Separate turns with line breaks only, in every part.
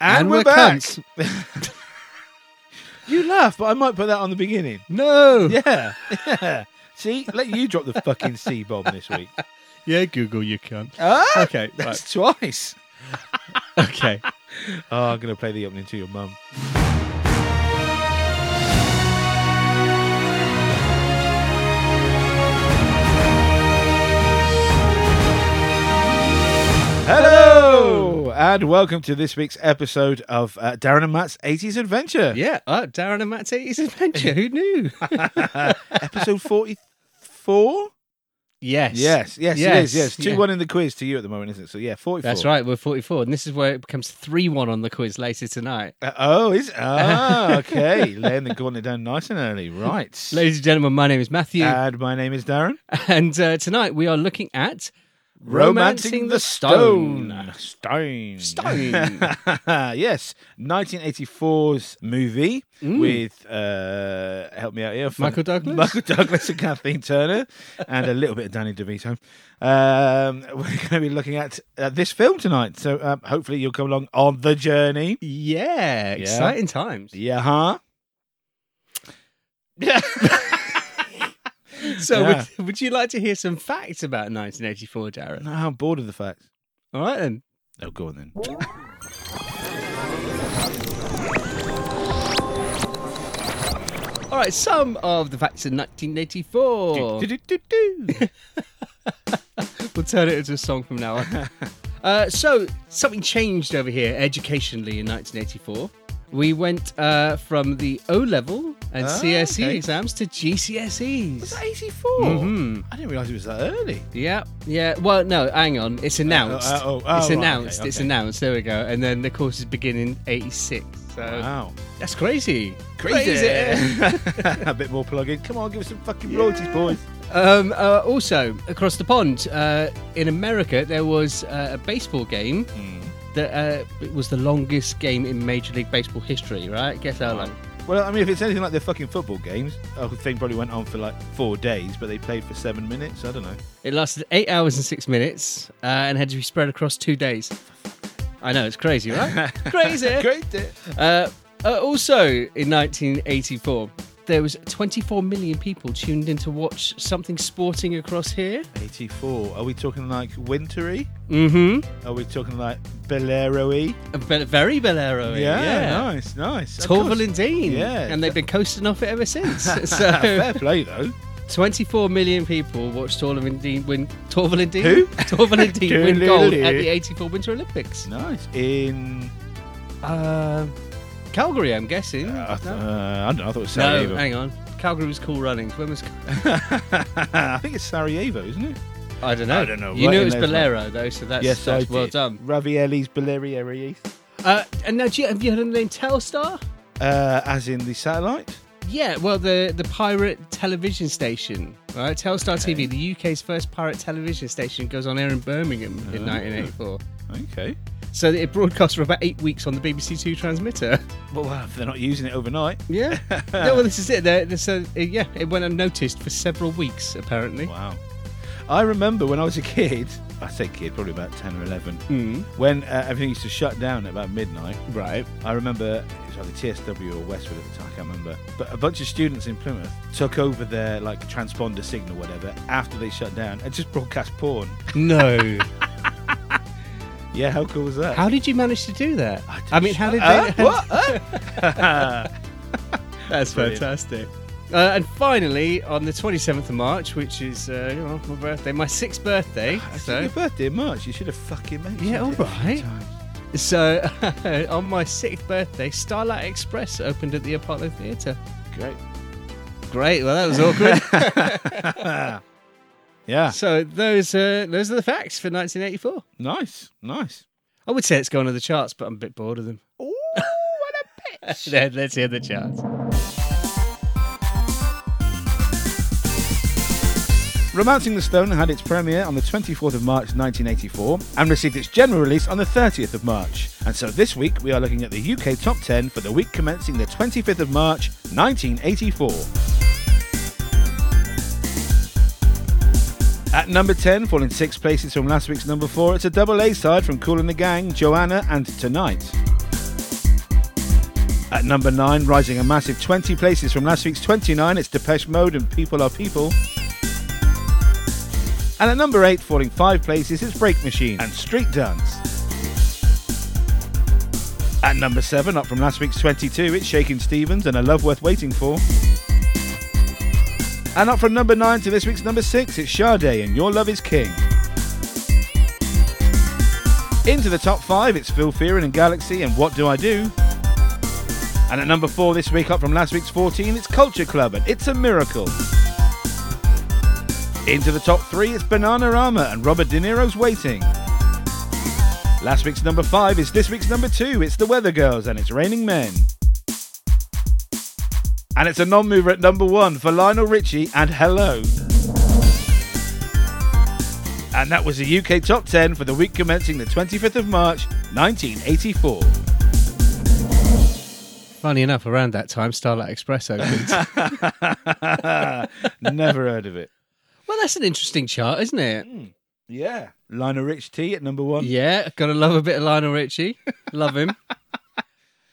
And,
And
we're,
we're
back. you laugh, but I might put that on the beginning.
No.
Yeah. Yeah. See, let you drop the fucking C bomb this week.
Yeah, Google, you cunt.
Ah,
Okay, right.
that's twice.
okay.
Oh, I'm going to play the opening to your mum. Hello, and welcome to this week's episode of uh, Darren and Matt's 80s Adventure.
Yeah, uh, Darren and Matt's 80s Adventure. Who knew?
episode 44?
yes.
Yes, yes, yes, it is. Yes, 2
yeah.
1 in the quiz to you at the moment, isn't it? So, yeah, 44.
That's right, we're 44. And this is where it becomes 3 1 on the quiz later tonight.
Uh, oh, is ah okay. Laying the gauntlet down nice and early, right?
Ladies and gentlemen, my name is Matthew.
And my name is Darren.
and uh, tonight we are looking at
Stone.
Stone. Mm.
yes, 1984's movie with uh, help me out here, fun-
Michael Douglas?
Michael Douglas and Kathleen Turner, and a little bit of Danny DeVito. Um, we're going to be looking at uh, this film tonight, so um, hopefully you'll come along on the journey.
Yeah, exciting times.
Yeah, huh? Yeah.
So,
Yeah.
would, would you like to hear some facts about 1984, Darren?
No, I'm bored of the facts.
All right, then.
Oh, go on then.
All right, some of the facts in 1984.
Do-do-do-do.
We'll turn it into a song from now on. uh, so, something changed over here educationally in 1984. We went uh, from the O level and
Ah,
CSE
okay.
exams to
Is
GCSEs.
that 84?
Mhm.
I didn't realise it was that early.
Yeah, yeah. Well, no, hang on. It's announced.
uh, oh, oh,
it's
right,
announced.
okay,
It's
okay.
announced. There we go. And then the course is beginning 86. So
Wow.
that's Uh, crazy.
a bit more plugging. Come on, give us some fucking royalties, boys.
Um, uh, also, across the pond uh, in America, there was uh, a baseball game that uh, it was the longest game in Major League Baseball history. Right? Guess how long?
Well, I mean, if it's anything like their fucking football games, the thing probably went on for like four days, but they played for seven minutes. I don't know.
It lasted eight hours and six minutes uh, and had to be spread across two days. I know it's crazy, right? crazy.
Great day.
Uh, uh, also, in 1984, there was 24 million people tuned in to watch something sporting across here.
84. Are we talking like wintry?
Mm-hmm.
Are we talking like Bolero-y?
Oh, very Bolero.
nice, nice. Of course.
Torvald and Dean.
Yeah.
And they've been coasting off it ever since.
Fair
so
play, though.
24 million people watched Torvald and Dean win Torvald and Dean.
Who?
Torvald and Dean win gold at
Doodle-doo.
the 84 Winter Olympics.
Nice. In.
Uh, Calgary, I'm guessing.
Uh,
no,
uh, I don't know. I thought it was
No,
Sarajevo.
hang on. Calgary was cool running. When was
I think it's Sarajevo, isn't it?
I don't know.
I don't know.
You
Right
knew
in
it was
those
Bolero though, so that's, that's well done.
Ravielli's Bolerieri.
Uh, and now, do you, have you heard of the name Telstar?
Uh, as in the satellite?
Yeah, well, the the pirate television station, right? Telstar TV, the UK's first pirate television station, goes on air in Birmingham
Oh.
in 1984.
Okay.
So it broadcast for about eight weeks on the BBC Two transmitter.
Well, well, if they're not using it overnight.
Yeah. no, well, this is it. They're, they're, so uh, yeah, it went unnoticed for several weeks apparently.
Wow. I remember when I was a kid, I say kid, probably about 10 or 11,
Mm,
when uh, everything used to shut down at about midnight.
right.
I remember it was either TSW or Westwood at the time, I can't remember. But a bunch of students in Plymouth took over their like transponder signal, whatever, after they shut down and just broadcast porn.
No.
Yeah, how cool was that?
how did you manage to do that?
I didn't
I, mean, how
shut-
did they?
Uh, what? Uh?
That's
Brilliant.
fantastic. Uh, and finally, on the 27th of March, which is uh, you know, my birthday, my sixth birthday.
It's
so,
your birthday in March. You should have fucking mentioned
Yeah, all
it. a few
right.
times.
so on my sixth birthday, Starlight Express opened at the Apollo Theatre.
Great.
Great. Well, that was awkward.
Yeah.
so those uh, those are the facts for 1984.
Nice. Nice.
I would say it's gone on the charts, but I'm a bit bored of them.
Ooh, what a pitch.
Let- Let's hear the charts.
Romancing the Stone had its premiere on the 24th of March 1984 and received its general release on the 30th of March. And so this week we are looking at the UK top 10 for the week commencing the 25th of March 1984. At number 10, falling six places from last week's number 4, it's a double A side from Cool and the Gang, Joanna, and Tonight. At number 9, rising a massive 20 places from last week's 29, it's Depeche Mode and People Are People. And at number 8, falling 5 places, it's Break Machine and Street Dance. At number 7, up from last week's 22, it's Shaking Stevens and A Love Worth Waiting For. And up from number 9 to this week's number 6, it's Sade and Your Love Is King. Into the top 5, it's Phil Fearon and Galaxy and What Do I Do? And at number 4 this week, up from last week's 14, it's Culture Club and It's a Miracle. Into the top 3, it's Bananarama and Robert De Niro's Waiting. Last week's number 5 is this week's number 2, it's The Weather Girls and It's Raining Men. And it's a non mover at number 1 for Lionel Richie and Hello. And that was the UK top 10 for the week commencing the 25th of March, 1984.
Funny enough, around that time, Starlight Express opened.
Never heard of it.
well, that's an interesting chart, isn't it?
Hmm. Yeah. Lionel Rich T at number one.
Yeah, gotta love a bit of Lionel Richie. Love him.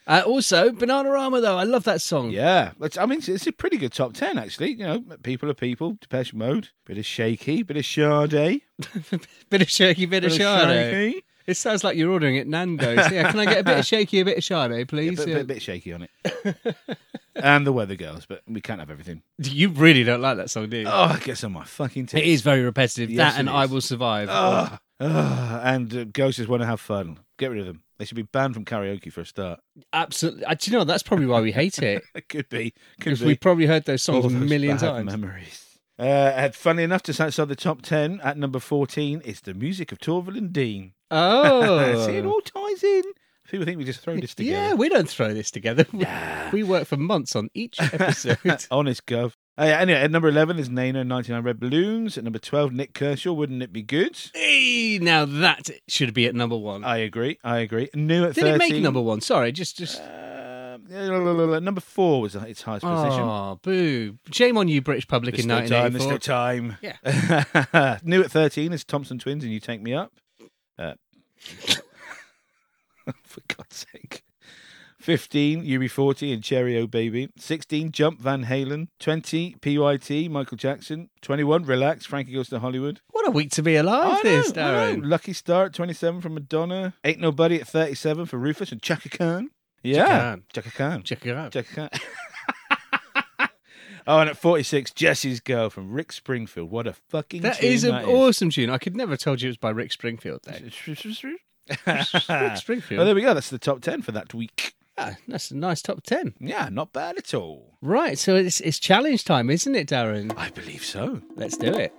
uh, also, Bananarama, though. I love that song.
Yeah. It's- I mean, it's- it's a pretty good top 10, actually. You know, people are people, Depeche Mode, bit of shaky, bit of Sade.
bit of shaky, bit, of Sade.
shaky.
It sounds like you're ordering at Nando's. Yeah, can I get a bit of shaky, a bit of Sade,
Yeah,
please?
bit,
Yeah.
bit, bit shaky on it. and the Weather Girls, but we can't have everything.
You really don't like that song, do you?
Oh, I guess on my fucking
It
tip.
is very repetitive.
Yes,
that and
it
I
is. Oh.
Will Survive.
and uh, ghosts just want to have fun. Get rid of them. They should be banned from karaoke for a start.
Absolutely. Uh, Do you know, that's probably why we hate it.
It could be. Could
Because
be.
we probably heard those songs
All
a
those
million
bad
times.
Memories. Uh, and funnily enough, just outside the top 10, at number 14, is the music of Torval and Dean.
Oh.
See, it all ties in. People think we just throw this together.
Yeah, we don't throw this together. We- We work for months on each episode.
Honest, Gov. Uh, yeah, anyway, at number 11 is Nano 99 Red Balloons. At number 12, Nick Kershaw, Wouldn't It Be Good?
Hey, now that should be at number one.
I agree. I agree. New at
Did
13.
it make number one? Sorry, just just.
Um, yeah, la, la, la, la. number 4 was its highest position.
Oh, boo! Shame on you, British public
Uh, There's
in
still time. There's still
1984.
time. Yeah. New at 13 is Thompson Twins and You Take Me Up. Uh, for God's sake. 15, UB40 and Cherry O Baby. 16, Jump Van Halen. 20, PYT, Michael Jackson. 21, Relax, Frankie Goes to Hollywood.
What a week to be
Oh,
alive! this
I know, I know.
Darren.
Lucky Star at 27 from Madonna. Ain't Nobody at 37 for Rufus and Chaka Khan. Yeah. Chaka Khan.
Check it out.
Jackie Chan. oh, and at 46, Jesse's Girl from Rick Springfield. What a fucking
That
tune
is an
that
awesome tune. I could never have told you it was by Rick Springfield. Though. Rick
well,
Springfield.
there we go. That's the top 10 for that week.
Ah, that's a nice top ten.
Yeah, not bad at all.
Right, so it's it's challenge time, isn't it, Darren?
I believe so.
Let's do it.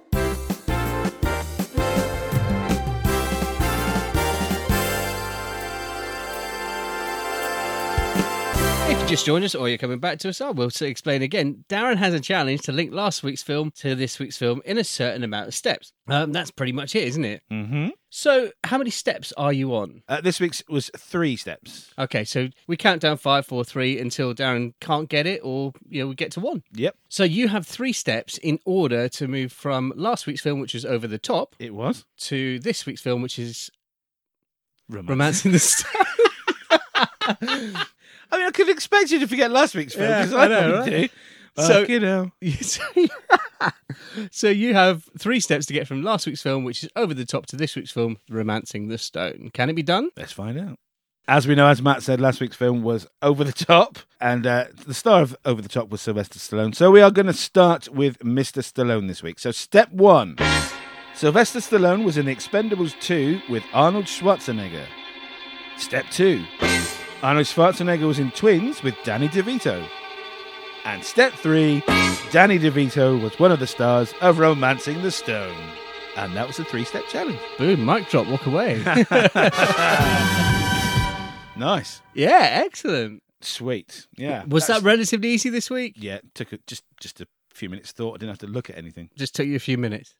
If you just joined us or you're coming back to us, I will to explain again. Darren has a challenge to link last week's film to this week's film in a certain amount of steps. Um, that's pretty much it, isn't it?
Mm-hmm.
So, how many steps are you on?
Uh, this week's was three steps.
Okay, so we count down five, four, three until Darren can't get it, or you know we get to one.
Yep,
So you have three steps in order to move from last week's film, which was Over the Top,
it was.
to this week's film, which is
Romance.
Romancing the Stone.
I mean, I could expect you to forget last week's film
Yeah,
because
I
I,
know,
know,
right?
do.
So-
Fucking hell.
so you have three steps to get from last week's film, which is Over the Top, to this week's film, Romancing the Stone. Can it be done?
Let's find out. As we know, as Matt said, last week's film was Over the Top, and uh, the star of Over the Top was Sylvester Stallone. So we are going to start with Mr. Stallone this week. So, step one Sylvester Stallone was in The Expendables 2 with Arnold Schwarzenegger. Step two Arnold Schwarzenegger was in Twins with Danny DeVito. And step three Danny DeVito was one of the stars of Romancing the Stone. And that was a three step challenge.
Boom, mic drop, walk away.
Nice.
yeah, excellent.
Sweet. Yeah.
Was
That's-
that relatively easy this week?
yeah, it took a, just just a few minutes thought. I didn't have to look at anything.
Just took you a few minutes.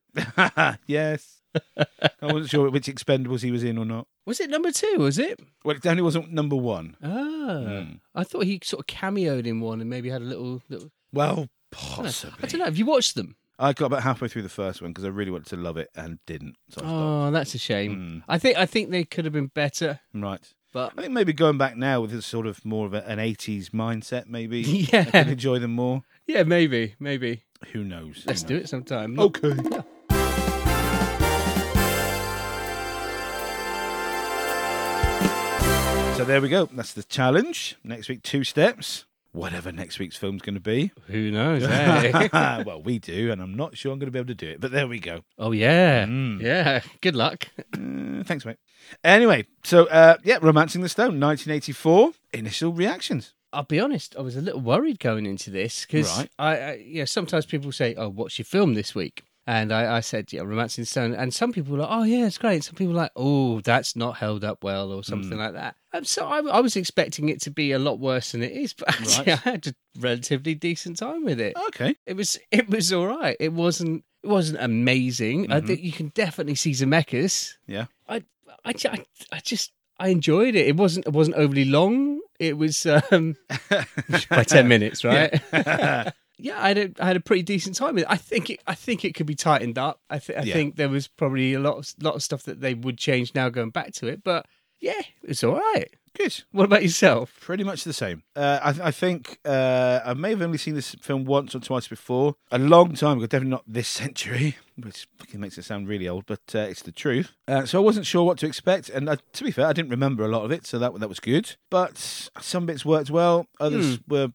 yes, I wasn't sure which Expendables he was in or not.
Was it number two? Was it?
Well, it definitely wasn't number one.
Ah,
Hmm.
I thought he sort of cameoed in one and maybe had a little. little
Well,
I
possibly.
don't know. Have you watched them?
I got about halfway through the first one because I really wanted to love it and didn't. So I stopped.
Oh, that's a shame. I think I think they could have been better.
Right.
But
I think maybe going back now with this sort of more of a, an 80s mindset, maybe. I can
yeah,
enjoy them more.
yeah, maybe, maybe. Oh.
Who knows?
Let's do it sometime.
Okay. So there we go. That's the challenge. Next week, two steps. Whatever next week's film's going to be.
Who knows? eh?
well, we do, and I'm not sure I'm going to be able to do it, but there we go.
oh yeah,
Mm.
yeah. Good luck.
Uh, thanks, mate. Anyway, so uh, yeah, Romancing the Stone, 1984. Initial reactions.
I'll be honest, I was a little worried going into this because
Right.
I, I, you know, sometimes people say, "Oh, what's your film this week?" And I, I said, "Yeah, Romancing Stone." And some people were like, "Oh, yeah, it's great." And some people were like, "Oh, that's not held up well," or something like that. And so I, I was expecting it to be a lot worse than it is, but actually, I had a relatively decent time with it.
Okay.
It was, it was all right. It wasn't, it wasn't amazing.
Mm-hmm.
I think you can definitely see Zemeckis.
Yeah.
I, I, ju- I, I just I enjoyed it. It wasn't it wasn't overly long. It was um, by ten minutes, right? Yeah. I had a, I had a pretty decent time. with it. I think it, I think it could be tightened up. I, th- I
Yeah.
think there was probably a lot of lot of stuff that they would change now going back to it. But yeah, it's all right.
Good.
What about yourself?
Pretty much the same. Uh, I, I think uh, I may have only seen this film once or twice before, a long time ago, definitely not this century, which fucking makes it sound really old, but uh, it's the truth. Uh, so I wasn't sure what to expect, and I, to be fair, I didn't remember a lot of it, so that that was good. But some bits worked well, others
Hmm.
were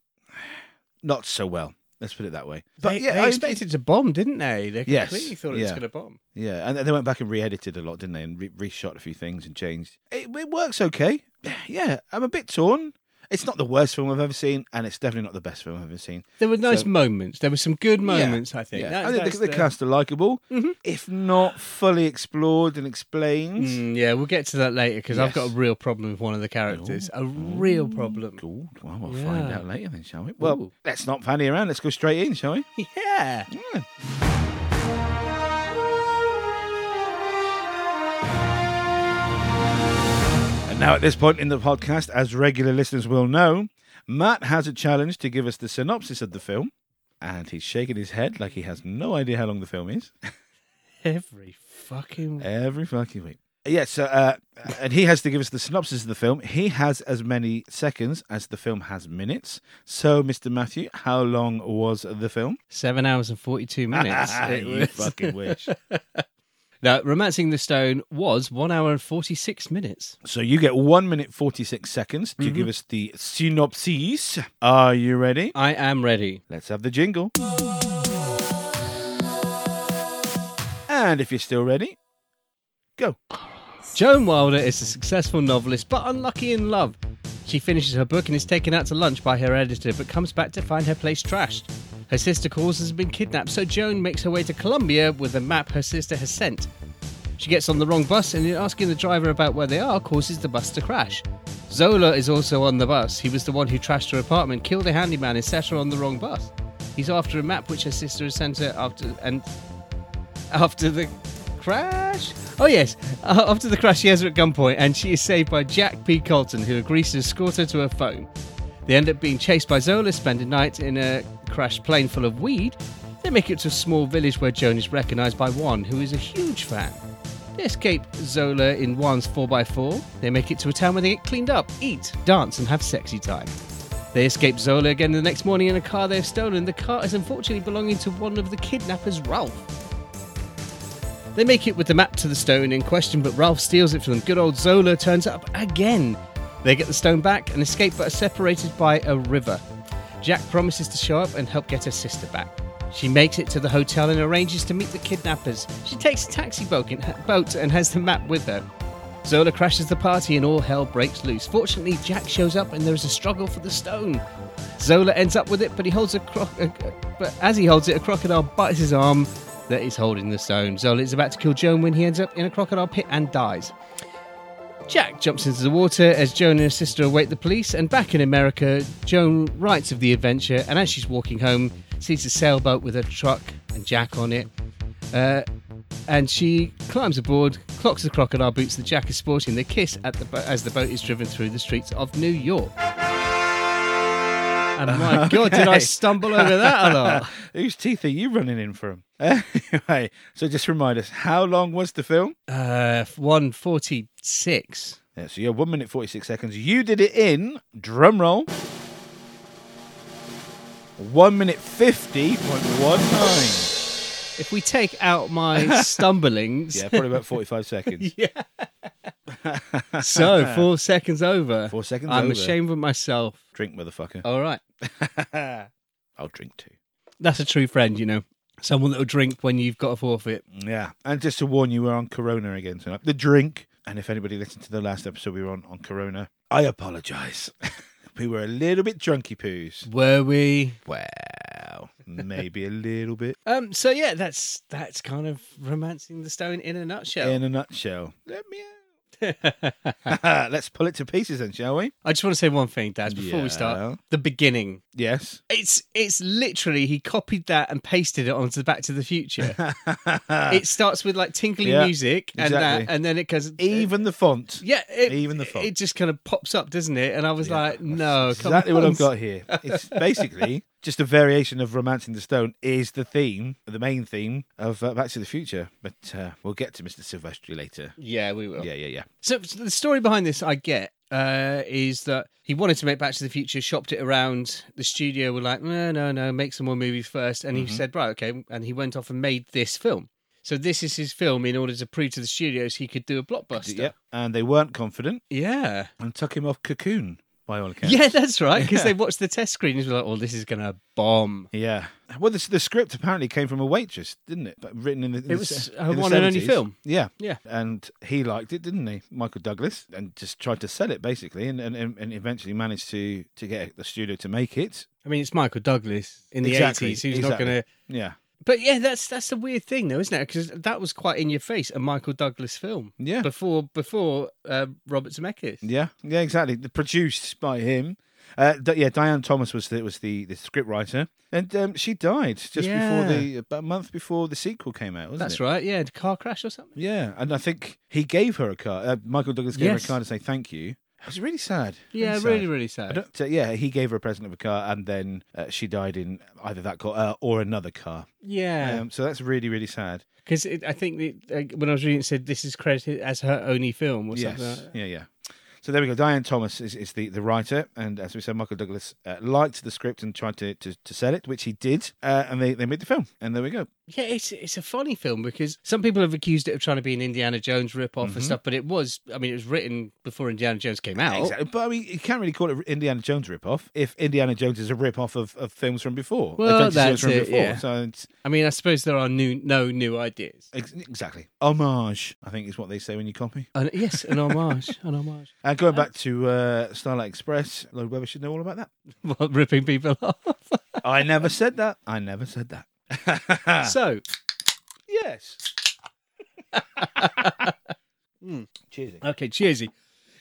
not so well. Let's put it that way. But
they,
yeah,
they
I
expected to bomb, didn't they? They
Yes,
completely thought it was
yeah.
going to bomb.
Yeah, and they went back and re-edited a lot, didn't they? And re- reshot a few things and changed. It, it works okay. Yeah, I'm a bit torn. It's not the worst film I've ever seen, and it's definitely not the best film I've ever seen.
There were nice
So-
moments. There were some good moments. I think.
Yeah,
That-
I think
that's Mm-hmm.
the, the cast are likable, if not fully explored and explained.
Mm, yeah, we'll get to that later because I've got a
Yes.
real problem with one of the characters. A real problem.
Cool. Well, we'll find
Yeah.
out later then, shall we? Well,
Ooh.
let's not fanny around. Let's go straight in, shall we?
Yeah.
And now, at this point in the podcast, as regular listeners will know, Matt has a challenge to give us the synopsis of the film, and he's shaking his head like he has no idea how long the film is
Every fucking.
every fucking week. Yeah, so uh, and he has to give us the synopsis of the film. He has as many seconds as the film has minutes. So, Mr. Matthew, how long was the film? Ah,
Seven hours and 42 minutes. It
you
was-
fucking wish.
No, Romancing the Stone was one hour and 46 minutes.
So you get one minute forty six seconds
Mm-hmm.
to give us the synopsis. Are you ready?
I am ready.
Let's have the jingle. And if you're still ready, go.
Joan Wilder is a successful novelist but unlucky in love. She finishes her book and is taken out to lunch by her editor but comes back to find her place trashed. Her sister calls and has been kidnapped, so Joan makes her way to Colombia with a map her sister has sent. She gets on the wrong bus and in asking the driver about where they are causes the bus to crash. Zola is also on the bus. He was the one who trashed her apartment, killed a handyman, and set her on the wrong bus. He's after a map which her sister has sent her after and after the crash? Oh, yes. Uh, after the crash, she has her at gunpoint, and she is saved by Jack P. Colton, who agrees to escort her to her phone. They end up being chased by Zola, spend a night in a crashed plane full of weed. They make it to a small village where Joan is recognised by Juan, who is a huge fan. They escape Zola in Juan's 4x4. They make it to a town where they get cleaned up, eat, dance, and have sexy time. They escape Zola again the next morning in a car they have stolen. The car is unfortunately belonging to one of the kidnappers, Ralph. They make it with the map to the stone in question, but Ralph steals it from them. Good old Zola turns up again. They get the stone back and escape, but are separated by a river. Jack promises to show up and help get her sister back. She makes it to the hotel and arranges to meet the kidnappers. She takes a taxi boat and, boat and has the map with her. Zola crashes the party and all hell breaks loose. Fortunately, Jack shows up and there is a struggle for the stone. Zola ends up with it, but he holds a cro- a- but as he holds it, a crocodile bites his arm that is holding the stone. Zola is about to kill Joan when he ends up in a crocodile pit and dies. Jack jumps into the water as Joan and her sister await the police, and back in America, Joan writes of the adventure, and as she's walking home, sees a sailboat with a truck and Jack on it. Uh, and she climbs aboard, clocks the crocodile boots that Jack is sporting. They kiss at the bo- as the boat is driven through the streets of New York. And my god, did I
Okay.
stumble over that a lot?
Whose teeth are you running in from? Anyway, so just remind us, how long was the film?
Uh, one forty-six.
Yeah, so you're one minute 46 seconds. You did it in, drum roll, one minute 50.19.
If we take out my stumblings,
Yeah, probably about 45 seconds.
so four seconds over.
Four seconds
I'm
over.
ashamed of myself.
Drink, motherfucker.
All right.
I'll drink too.
That's a true friend, you know. Someone that'll drink when you've got a forfeit.
Yeah. And just to warn you, we're on Corona again tonight. The drink. And if anybody listened to the last episode we were on, on Corona, I apologise. we were a little bit drunky poos.
Were we?
Wow. Maybe a little bit.
Um, so yeah, that's that's kind of romancing the stone in a nutshell.
In a nutshell. Let me out. Let's pull it to pieces then, shall we?
I just want to say one thing, Daz, before we
Yeah.
start. The beginning.
Yes.
It's it's literally he copied that and pasted it onto Back to the Future. it starts with like tingly
Yeah,
music and that,
exactly.
and then it goes
Even the font.
Yeah, it,
Even the font.
It just kind of pops up, doesn't it? And I was like, no, come
exactly what
on.
I've got here. It's basically just a variation of Romancing the Stone is the theme, the main theme of uh, Back to the Future. But uh, we'll get to Mr. Silvestri later.
Yeah, we will.
Yeah, yeah, yeah.
So, so the story behind this, I get, uh, is that he wanted to make Back to the Future, shopped it around. The studio were like, no, no, no, make some more movies first. And
Mm-hmm.
he said, right, okay. And he went off and made this film. So this is his film in order to prove to the studios he could do a blockbuster.
Yep. And they weren't confident
Yeah.
and took him off Cocoon by all accounts.
Yeah, that's right. Because they watched the test screenings and were like, oh, this is going to bomb.
Yeah. Well, this, the script apparently came from a waitress, didn't it? But written in the in
It
the
was
se-
her
in the
one and only
70s.
film.
Yeah.
Yeah.
And he liked it, didn't he, Michael Douglas? And just tried to sell it basically, and and, and eventually managed to to get the studio to make it.
I mean, it's Michael Douglas in the
Exactly,
80s who's not
exactly.
going to
Yeah.
But yeah, that's that's the weird thing though, isn't it? Because that was quite in your face a Michael Douglas film
Yeah.
before before uh, Robert Zemeckis.
Yeah, yeah, exactly. The- Produced by him. Uh, D- yeah, Diane Thomas was the, was the, the script writer, and um, she died just before the about a month before the sequel came out. Wasn't
that's
it?
right. Yeah, the car crash or something.
Yeah, and I think he gave her a card. Uh, Michael Douglas gave her
Yes.
a card to say thank you. It was really sad.
Yeah,
sad.
really, really
I
sad.
don't, so, yeah, he gave her a present of a car, and then uh, she died in either that car uh, or another car.
Yeah,
Um, so that's really, really sad.
because I think that, uh, when I was reading, it said this is credited as her only film or
Yes.
something. Like that.
Yeah, yeah. So there we go. Diane Thomas is, is the, the writer, and as we said, Michael Douglas uh, liked the script and tried to, to, to sell it, which he did, uh, and they, they made the film. And there we go.
Yeah, it's it's a funny film because some people have accused it of trying to be an Indiana Jones rip
Mm-hmm.
off and stuff, but it was. I mean, it was written before Indiana Jones came out.
Exactly. But I mean, you can't really call it Indiana Jones ripoff if Indiana Jones is a ripoff of, of films from before.
Well,
adventure
that's
films
it, yeah.
So it's,
I mean, I suppose there are new no new ideas.
ex- exactly. Homage, I think, is what they say when you copy.
An- yes, an homage, an homage.
Uh, going back to uh, Starlight Express, Lloyd Webber should know all about that.
Well, ripping people off.
I never said that. I never said that. Ah.
So,
Yes.
Hmm,
Cheers.
okay, cheersy.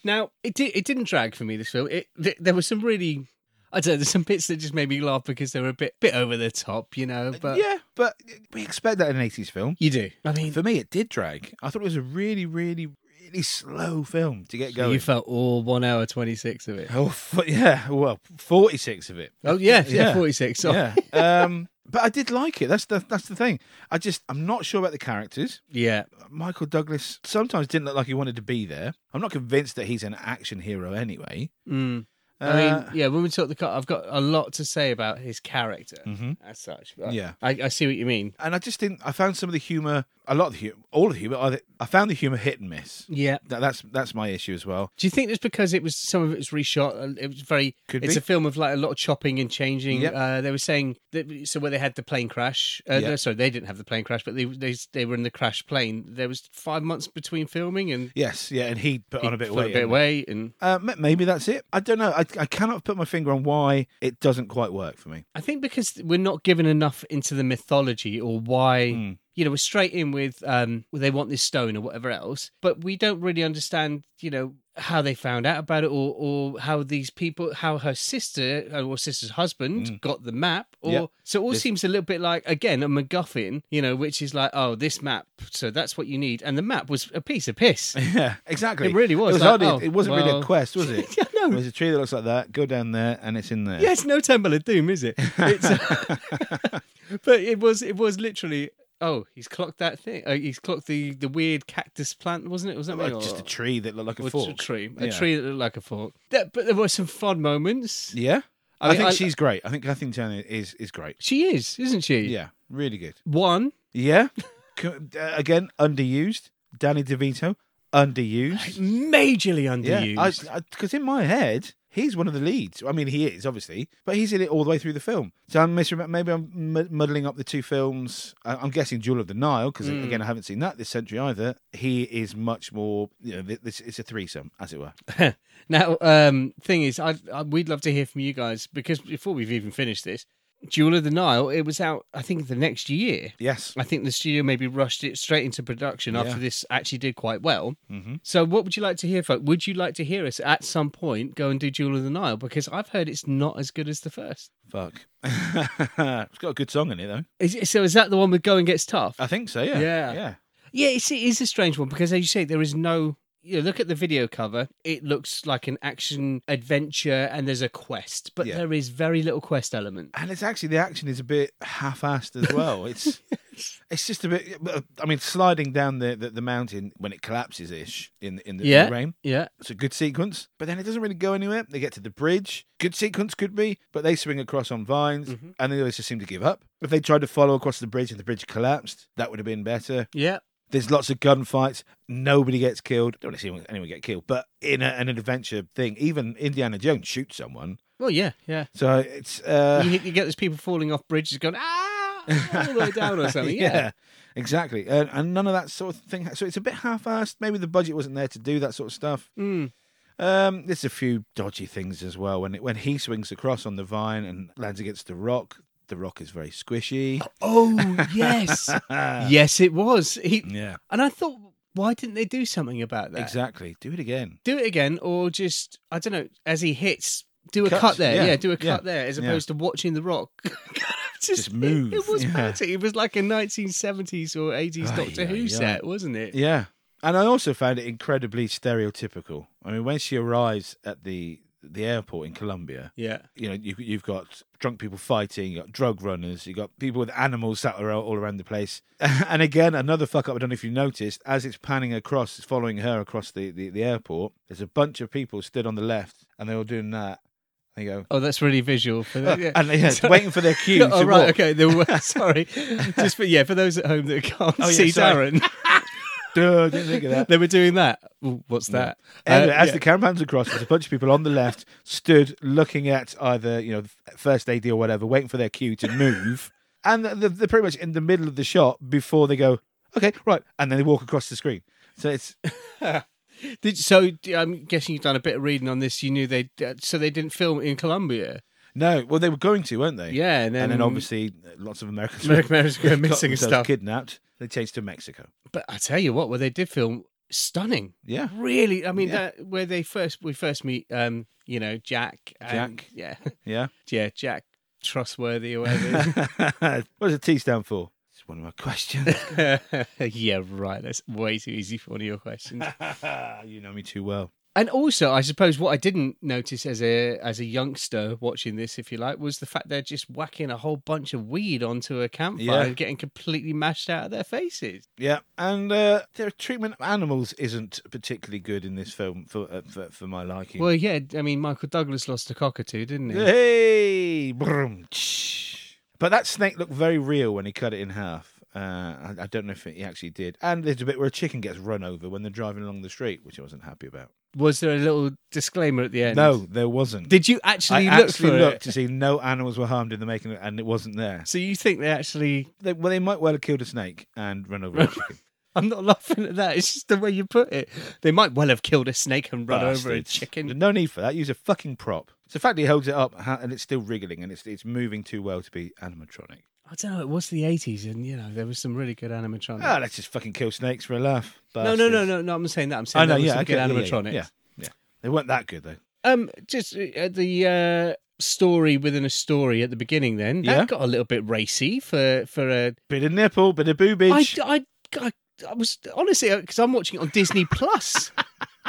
Now, it did, it didn't drag for me this film. It th- there were some really I don't know, there's some bits that just made me laugh because they were a bit bit over the top, you know, but
yeah, but we expect that in an 80s film.
you do. I mean,
For me, it did drag. I thought it was a really, really, really slow film to get going.
you felt all 1 hour 26 of it.
oh, f- yeah, well, 46 of it.
Oh yeah, yeah, Oh,
Yeah.
46. So, yeah.
Yeah. um, but I did like it. That's the, that's the thing. I just, I'm not sure about the characters. Michael Douglas sometimes didn't look like he wanted to be there. I'm not convinced that he's an action hero anyway.
Mm.
Uh,
I mean, yeah, when we talk the car, I've got a lot to say about his character as such. but
Yeah.
I, I see what you mean.
and I just didn't, I found some of the humor, a lot of the humor, all of the humor, I- I found the humor hit and miss.
Yeah.
That, that's that's my issue as well.
Do you think it's because it was some of it was reshot? and It was very.
Could
it's
be.
a film of like a lot of chopping and changing.
Yep.
Uh, they were saying that so where they had the plane crash. Uh,
Yeah.
no, sorry, they didn't have the plane crash, but they, they they were in the crash plane. There was five months between filming and
Yes, yeah, and he put on a bit of
put
weight.
a bit
didn't he?
of weight and
Uh, ma- maybe that's it. I don't know. I, I cannot put my finger on why it doesn't quite work for me.
I think because we're not given enough into the mythology or why. You know, we're straight in with um, well, they want this stone or whatever else, but we don't really understand, you know, how they found out about it or or how these people, how her sister uh, or sister's husband got the map, or
Yep.
so it all seems a little bit like again a MacGuffin, you know, which is like oh this map, so that's what you need, and the map was a piece of piss.
Yeah, exactly.
It really
It,
was
was
like,
hardly-
oh,
it wasn't really
well.
a quest, was it?
Yeah, no.
It was a tree that looks like that. Go down there, and it's in there.
uh, Yeah, it's no Temple of Doom, is it? It's, but it was it was literally Oh, he's clocked that thing. Oh, he's clocked the, the weird cactus plant, wasn't it? Was that me?
Like, just
Or-
a tree that looked like a
or
fork.
a tree, a
Yeah.
tree that looked like a fork. That, but there were some fun moments.
Yeah, I,
I mean,
think
I-
she's great. I think Kathleen Turner is is great.
She is, isn't she?
Yeah, really good.
One.
Yeah, Co- uh, again underused. Danny DeVito underused.
Majorly underused.
Yeah, because in my head he's one of the leads. I mean, he is obviously, but he's in it all the way through the film. So I'm misremem- maybe I'm mud- muddling up the two films. I- I'm guessing Jewel of the Nile because
Mm.
again I haven't seen that this century either. He is much more. You know, th- this it's a threesome as it were.
Now, um, thing is, I, I we'd love to hear from you guys because before we've even finished this, Jewel of the Nile, it was out. I think the next year.
Yes.
I think the studio maybe rushed it straight into production
Yeah.
after this actually did quite well.
Mhm.
So, what would you like to hear, folk? Would you like to hear us at some point go and do Jewel of the Nile? Because I've heard it's not as good as the first.
Fuck. it's got a good song in it though.
Is it, so, is that the one with Going Gets Tough?
I think so. Yeah.
Yeah.
Yeah.
Yeah, it's, it is a strange one because, as you say, there is no. You know, look at the video cover; it looks like an action adventure, and there's a quest, but
Yeah.
there is very little quest element.
and it's actually the action is a bit half-assed as well. It's it's just a bit. I mean, sliding down the, the, the mountain when it collapses ish in in the, in
Yeah.
the rain.
Yeah,
It's a good sequence, but then it doesn't really go anywhere. They get to the bridge. Good sequence could be, but they swing across on vines, and they always just seem to give up. If they tried to follow across the bridge and the bridge collapsed, that would have been better.
yeah,
There's lots of gunfights. Nobody gets killed. Don't want to see anyone- anyone get killed, but in a, an adventure thing, even Indiana Jones shoots someone.
well, yeah, yeah.
So it's uh,
you, you get those people falling off bridges, going ah, all the way down or something. Yeah,
exactly. And, and none of that sort of thing. So it's a bit half-assed. Maybe the budget wasn't there to do that sort of stuff.
Mm.
Um, there's a few dodgy things as well. When it, when he swings across on the vine and lands against the rock, the rock is very squishy.
Oh yes, yes, it was. He,
Yeah,
and I thought, why didn't they do something about that?
exactly. Do it again.
Do it again, or just I don't know. As he hits, do a
Cut,
cut, there.
yeah,
Yeah, do a cut
yeah,
there, as
yeah.
opposed to watching the rock.
Just move,
It, was
yeah.
batty. It was like a 1970s or 80s
Aye,
Doctor
aye,
Who
aye.
set, wasn't it?
Yeah, and I also found it incredibly stereotypical. I mean, when she arrives at the the airport in Colombia,
Yeah.
you know, you, you've got drunk people fighting, you've got drug runners, you've got people with animals sat around, all around the place. And again, another fuck up, I don't know if you noticed, as it's panning across, it's following her across the, the, the airport, there's a bunch of people stood on the left and they're all doing that. They go,
Oh, that's really visual. For
"Oh,"
that. yeah.
and they're
Sorry.
waiting for their cue to
oh, right,
walk.
okay. There were, sorry, just for yeah, for those at home that can't
Oh, yeah,
see
sorry.
Darren,
Duh, didn't think of that.
they were doing that. Ooh, What's that?
Anyway,
Uh,
as
yeah.
the caravan's across, there's a bunch of people on the left stood looking at either you know first AD or whatever, waiting for their cue to move, and th- th- they're pretty much in the middle of the shot before they go, okay, right, and then they walk across the screen. So it's
Did, so d- I'm guessing you've done a bit of reading on this. You knew they, uh, so they didn't film in Colombia.
no, well they were going to, weren't they?
Yeah, and then,
and then obviously lots of Americans were
American Americans go missing and
themselves
stuff.
kidnapped. They changed to Mexico.
But I tell you what, where they did film, stunning.
Yeah,
Really, I mean,
Yeah.
that where they first we first meet, um, you know, Jack. and-
Jack.
Yeah,
yeah.
yeah, Jack, trustworthy or whatever.
what does a T stand for? It's one of my questions.
yeah, right. That's way too easy for one of your questions.
you know me too well.
And also, I suppose what I didn't notice as a as a youngster watching this, if you like, was the fact they're just whacking a whole bunch of weed onto a campfire
Yeah.
and getting completely mashed out of their faces.
Yeah, and uh, their treatment of animals isn't particularly good in this film for uh, for, for my liking.
Well, yeah, I mean, Michael Douglas lost a cockatoo, didn't he?
Hey, brum, tsh. but that snake looked very real when he cut it in half. Uh, I, I don't know if he actually did. And there's a bit where a chicken gets run over when they're driving along the street, which I wasn't happy about.
Was there a little disclaimer at the end?
No, there wasn't.
Did you
I
actually look
actually
for
looked
it?
to see no animals were harmed in the making, of it, and it wasn't there.
So you think they actually?
They, well, they might well have killed a snake and run over a chicken.
I'm not laughing at that. It's just the way you put it. They might well have killed a snake and run over a
Bastards.
chicken.
No need for that. Use a fucking prop. It's the fact that he holds it up ha- and it's still wriggling and it's it's moving too well to be animatronic.
I don't know. It was the 80s, and you know there was some really good animatronics.
Ah, let's just fucking kill snakes for a laugh.
Mm. No, no, no,
Bastards.
no, no. I'm saying that. I'm saying
I know.
that was
Yeah,
some
okay,
good
yeah, yeah,
animatronics.
Yeah, yeah. They weren't that good though.
Um, just uh, the uh, story within a story at the beginning. Then that
Yeah.
got a little bit racy for for a.
Bit of nipple, bit of
I
boobage.
I I, I was honestly because I'm watching it on Disney Plus.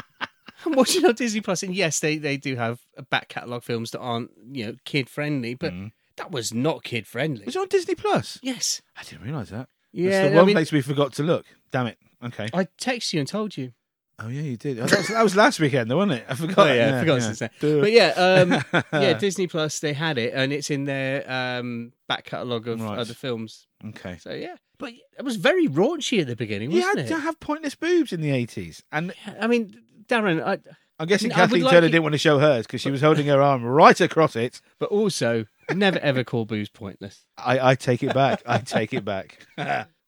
I'm watching it on Disney Plus, and yes, they they do have a back catalogue films that aren't you know
Mm.
kid friendly, but that was not kid friendly.
Was it on Disney Plus?
Yes.
I didn't realise that. That's
Yeah,
the one
I, mean,
place we forgot to look. Damn it. Okay.
I texted you and told you.
Oh yeah, you did. Oh, that, was, that was last weekend, though, wasn't it? I forgot.
Oh yeah, I forgot since then.
Duh.
But yeah, um, yeah, Disney Plus they had it, and it's in their um, back catalogue of
Right.
other films.
Okay.
So yeah, but it was very raunchy at the beginning,
You
wasn't
had to
it?
have pointless boobs in the eighties, and
I mean, Darren, I,
I'm guessing
No, I would
Kathleen
like
Turner
it-
didn't want to show hers because she was holding her arm right across it.
but also never ever call booze pointless.
I, I take it back. I take it back.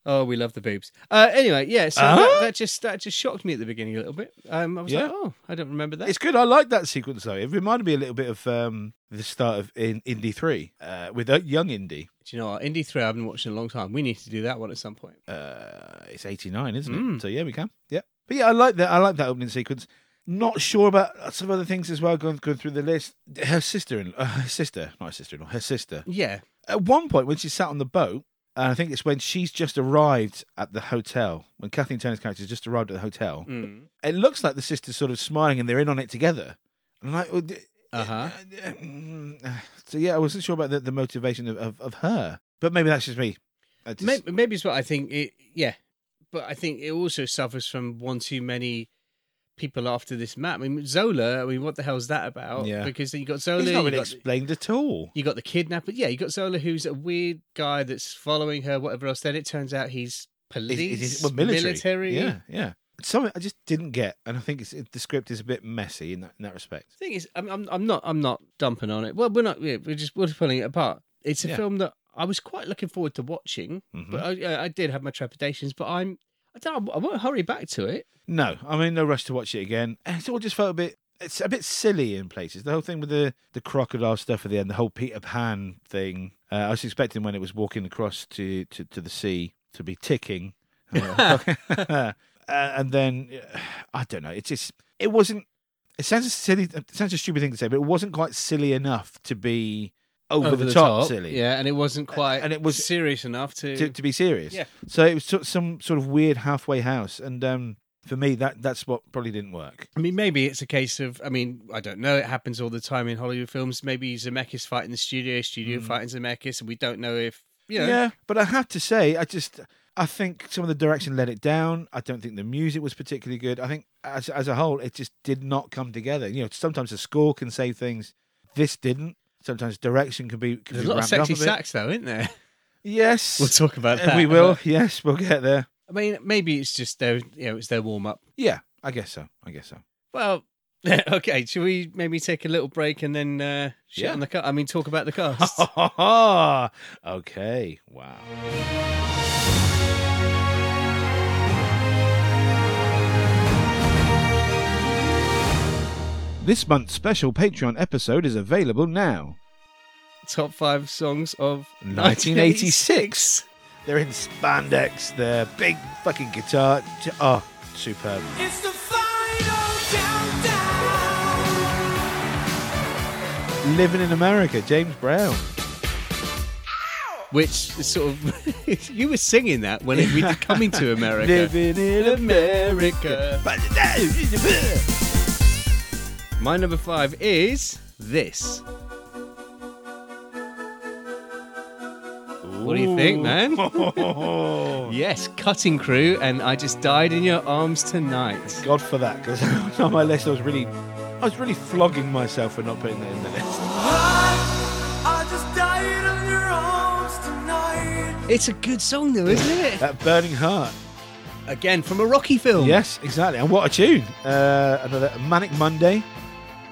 Oh, we love the boobs. Uh, anyway, yeah, so
Huh?
that, that just that just shocked me at the beginning a little bit. Um, I was
Yeah.
like, oh, I don't remember that.
It's good. I like that sequence though. It reminded me a little bit of um, the start of in Indy Three uh, with uh, young Indy.
Do you know what? Indie Three, I've been watching a long time. We need to do that one at some point.
Uh, it's eighty nine, isn't
Mm.
it? So yeah, we can. Yeah, but yeah, I like that. I like that opening sequence. Not sure about lots of other things as well. Going, going through the list, her sister in uh, her sister, not her sister in law, her sister.
Yeah,
At one point, when she's sat on the boat, and I think it's when she's just arrived at the hotel, when Kathleen Turner's character's just arrived at the hotel,
mm.
it looks like the sister's sort of smiling and they're in on it together. And I'm like, well, d-
uh huh.
uh, so yeah, I wasn't sure about the, the motivation of, of, of her, but maybe that's just me. I just-
Maybe, maybe it's what I think. It, yeah, but I think it also suffers from one too many people after this map. I mean, Zola. I mean, what the hell's that about?
Yeah.
because then you got Zola.
it's not
You
really
got,
explained at all.
you got the kidnapper. Yeah, you got Zola, who's a weird guy that's following her. Whatever else. Then it turns out he's
It- it-
police,
it- well, military.
military.
yeah, yeah. Something I just didn't get, and I think it's, it, the script is a bit messy in that, in that respect.
thing is, I'm, I'm I'm not I'm not dumping on it. Well, we're not. Yeah, we're just we're just pulling it apart. It's a
Yeah.
film that I was quite looking forward to watching,
Mhm.
but I- I, I did have my trepidations. But I'm I don't I won't hurry back to it.
No, I'm in no rush to watch it again. And It's all just felt a bit. It's a bit silly in places. The whole thing with the, the crocodile stuff at the end, the whole Peter Pan thing. Uh, I was expecting when it was walking across to, to, to the sea to be ticking. Uh, and then, uh, I don't know. It's just, it wasn't, it sounds a silly, it sounds a stupid thing to say, but it wasn't quite silly enough to be over, the, top, silly.
Yeah, and it wasn't quite
and it was-
serious enough to,
to, to be serious.
Yeah.
So it was sort- some sort of weird halfway house. And um, for me, that, that's what probably didn't work.
I mean, maybe it's a case of. I mean, I don't know. It happens all the time in Hollywood films. Maybe Zemeckis fighting the studio, studio fighting Zemeckis, and we don't know if you know.
Mm. Yeah, but I have to say, I just I think some of the direction let it down. I don't think the music was particularly good. I think as as a whole, it just did not come together. You know, sometimes the score can save things. This didn't. Sometimes direction can be can
There's
be
a lot of
ramped up
sexy
a bit.
sax, though, isn't there?
Yes,
We'll talk about
Uh,
that.
we will. Yes, we'll get there.
I mean, maybe it's just their, you know, it's their warm up.
Yeah, I guess so. I guess so.
Well, okay. Should we maybe take a little break and then uh, shit
Yeah.
on the car? I mean, talk about the cast.
okay. Wow. This month's special Patreon episode is available now.
Top five songs of
1986. They're in spandex, they're big fucking guitar. t- Oh, superb.
It's the final countdown.
Living in America, James Brown.
Which is sort of you were singing that when it, we did coming to America.
Living in America.
America. My number five is this. What do you think, man? yes, Cutting Crew, and I just died in your arms tonight.
God for that, because on my list I was really, I was really flogging myself for not putting that in the list.
I, I just died in your arms tonight.
It's a good song though, isn't it?
That burning heart.
Again from a Rocky film.
Yes, exactly. And what a tune! Uh, another Manic Monday,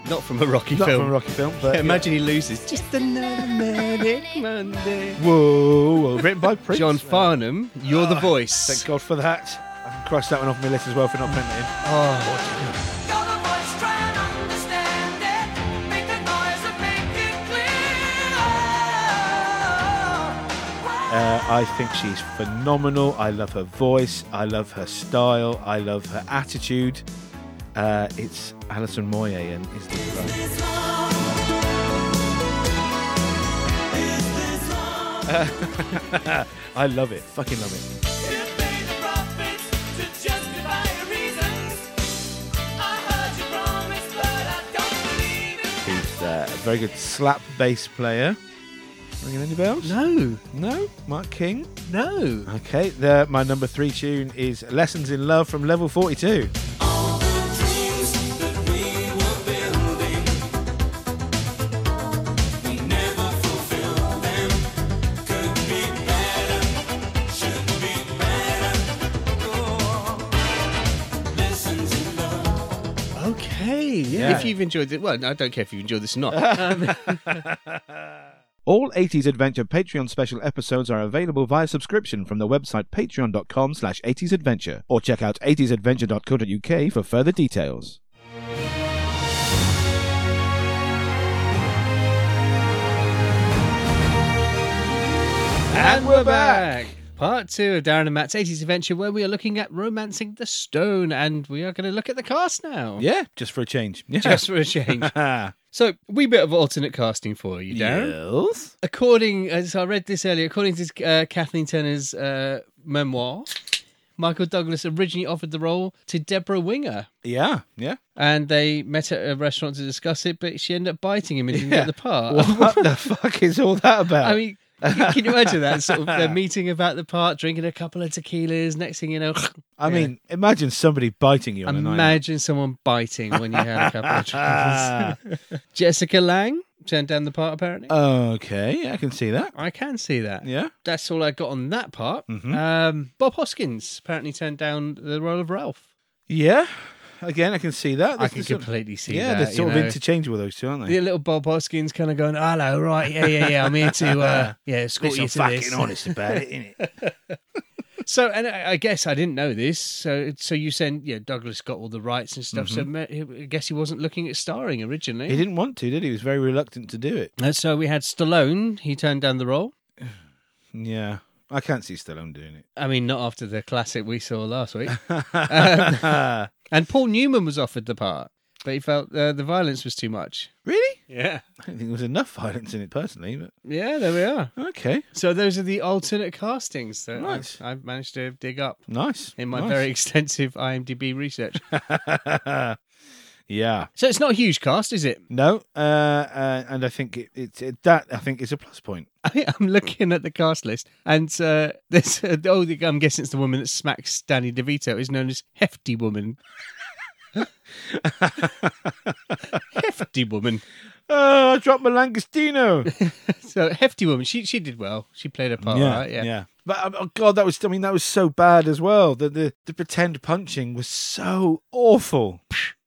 Not from a Rocky
not
film.
from a Rocky film, but
Yeah, imagine he loses. Just another manic Monday.
yeah. Whoa, whoa, written by Prince.
John
man.
Farnham, you're the
Ah,
voice.
Thank God for that. I can cross that one off my list as well for not putting it in.
Oh,
You're the voice, try and understand it. Make the noise and make it clear.
Uh, I think she's phenomenal. I love her voice. I love her style. I love her attitude. Uh, it's Alison Moye and is this right?
This love. Is this love?
I love it. Fucking love it.
You made the profits to justify your reasons. I heard you promise, but I don't believe it.
He's uh, a very good slap bass player. Ringing any bells?
No,
No? Mark King?
no.
Okay, the, my number three tune is Lessons in Love from Level 42.
Okay, yeah.
Yeah.
If you've enjoyed it, well, I don't care if you enjoyed this or not. Um,
All 80s Adventure Patreon special episodes are available via subscription from the website patreon.com slash 80sadventure or check out 80sadventure.co.uk for further details.
and we're back. Part two of Darren and Matt's 80s adventure, where we are looking at romancing the stone, and we are going to look at the cast now.
Yeah, just for a change. Yeah.
Just for a change.
Ah.
So, wee bit of alternate casting for you, Darren.
Yes.
According, as I read this earlier, according to uh, Kathleen Turner's uh, memoir, Michael Douglas originally offered the role to Deborah Winger,
Yeah, yeah.
and they met at a restaurant to discuss it, but she ended up biting him and didn't
Yeah.
get the part.
What the fuck is all that about?
I mean, can can you imagine that sort of they're meeting about the part, drinking a couple of tequilas. Next thing you know,
I mean, imagine somebody biting you on a night. out.
imagine someone biting when you had a couple of
Ah.
tequilas. Jessica Lang turned down the part apparently.
Okay, yeah, I can see that.
I can see that.
Uh, Yeah.
That's all I got on that part.
Mhm.
Um, Bob Hoskins apparently turned down the role of Ralph.
Yeah. Again, I can see that.
I
This
can
is sort of-
completely see
yeah,
that.
they're sort of
you know.
interchangeable, those two, aren't they?
the little Bob Hoskins kind of going, "Hello, right, yeah, yeah, yeah. I'm here to, uh, yeah, escort you to this."
about it, isn't it?
So, and I I guess I didn't know this. So, so you said, yeah, Douglas got all the rights and stuff. So, ma- I guess he wasn't looking at starring
Mm-hmm. he
originally.
didn't want to, did he? He was very reluctant to do it.
And so we had Stallone. He turned down the role.
Yeah. I can't see Stallone doing it.
I mean, not after the classic we saw last week. Um, and Paul Newman was offered the part, but he felt uh, the violence was too much.
really?
Yeah,
I don't think there was enough violence in it personally, but
yeah. There we are.
okay.
So those are the alternate castings that
Nice.
I've, I've managed to dig up
Nice.
in my
nice.
very extensive IMDb research.
Yeah.
so it's not a huge cast, is it?
No. Uh, uh and I think it, it, it that I think is a plus point.
I, I'm looking at the cast list, and uh, there's uh, oh, the- I'm guessing it's the woman that smacks Danny DeVito is known as Hefty Woman. hefty Woman.
Oh, I dropped my Langostino.
So Hefty Woman. She she did well. She played her part. right? yeah.
But um, oh god, that was I mean that was so bad as well. The the, the pretend punching was so awful.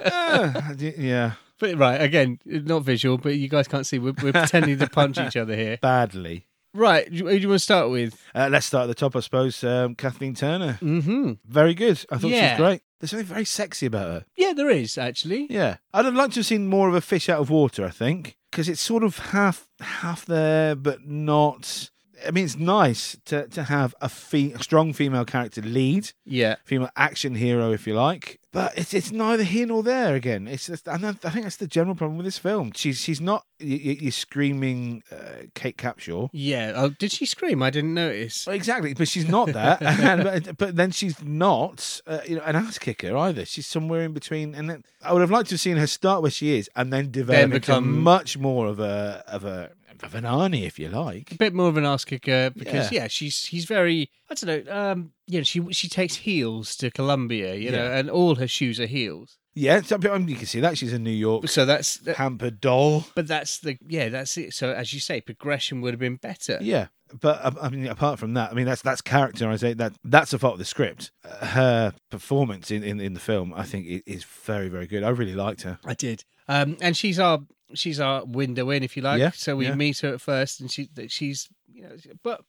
Uh, yeah,
But right again, not visual, but you guys can't see. We're, we're pretending to punch each other here.
badly.
Right. Who do you want to start with?
Uh, let's start at the top, I suppose. Um, Kathleen Turner,
Mm-hmm.
very good. I thought
Yeah.
she was great. There's something very sexy about her.
Yeah, there is actually.
Yeah, I'd have liked to have seen more of a fish out of water. I think because it's sort of half half there, but not. I mean, it's nice to to have a, fe- a strong female character lead.
Yeah.
female action hero, if you like. But it's it's neither here nor there again. It's just, and I I think that's the general problem with this film. She's she's not you, you're screaming uh, Kate Capshaw.
Yeah. Oh, did she scream? I didn't notice.
Well, Exactly, but she's not that, and, but, but then she's not, uh, you know, an ass kicker either. She's somewhere in between, and then, I would have liked to have seen her start where she is, and then develop
Then
into
become-
much more of a of a of an Arnie, if you like.
a bit more of an ass kicker because
Yeah.
yeah, she's she's very I don't know um you know she she takes heels to Colombia you know
Yeah.
and all her shoes are heels
Yeah, so, I mean, you can see that she's a New York
so that's that,
pampered doll.
but that's the yeah that's it so as you say progression would have been better
Yeah, but um, I mean, apart from that, I mean, that's that's characterization. That that's a fault of the script. Uh, her performance in, in, in the film, I think, i- is very very good. I really liked her.
I did um and she's our she's our window in if you like
Yeah,
so we
yeah.
meet her at first and she that she's you know but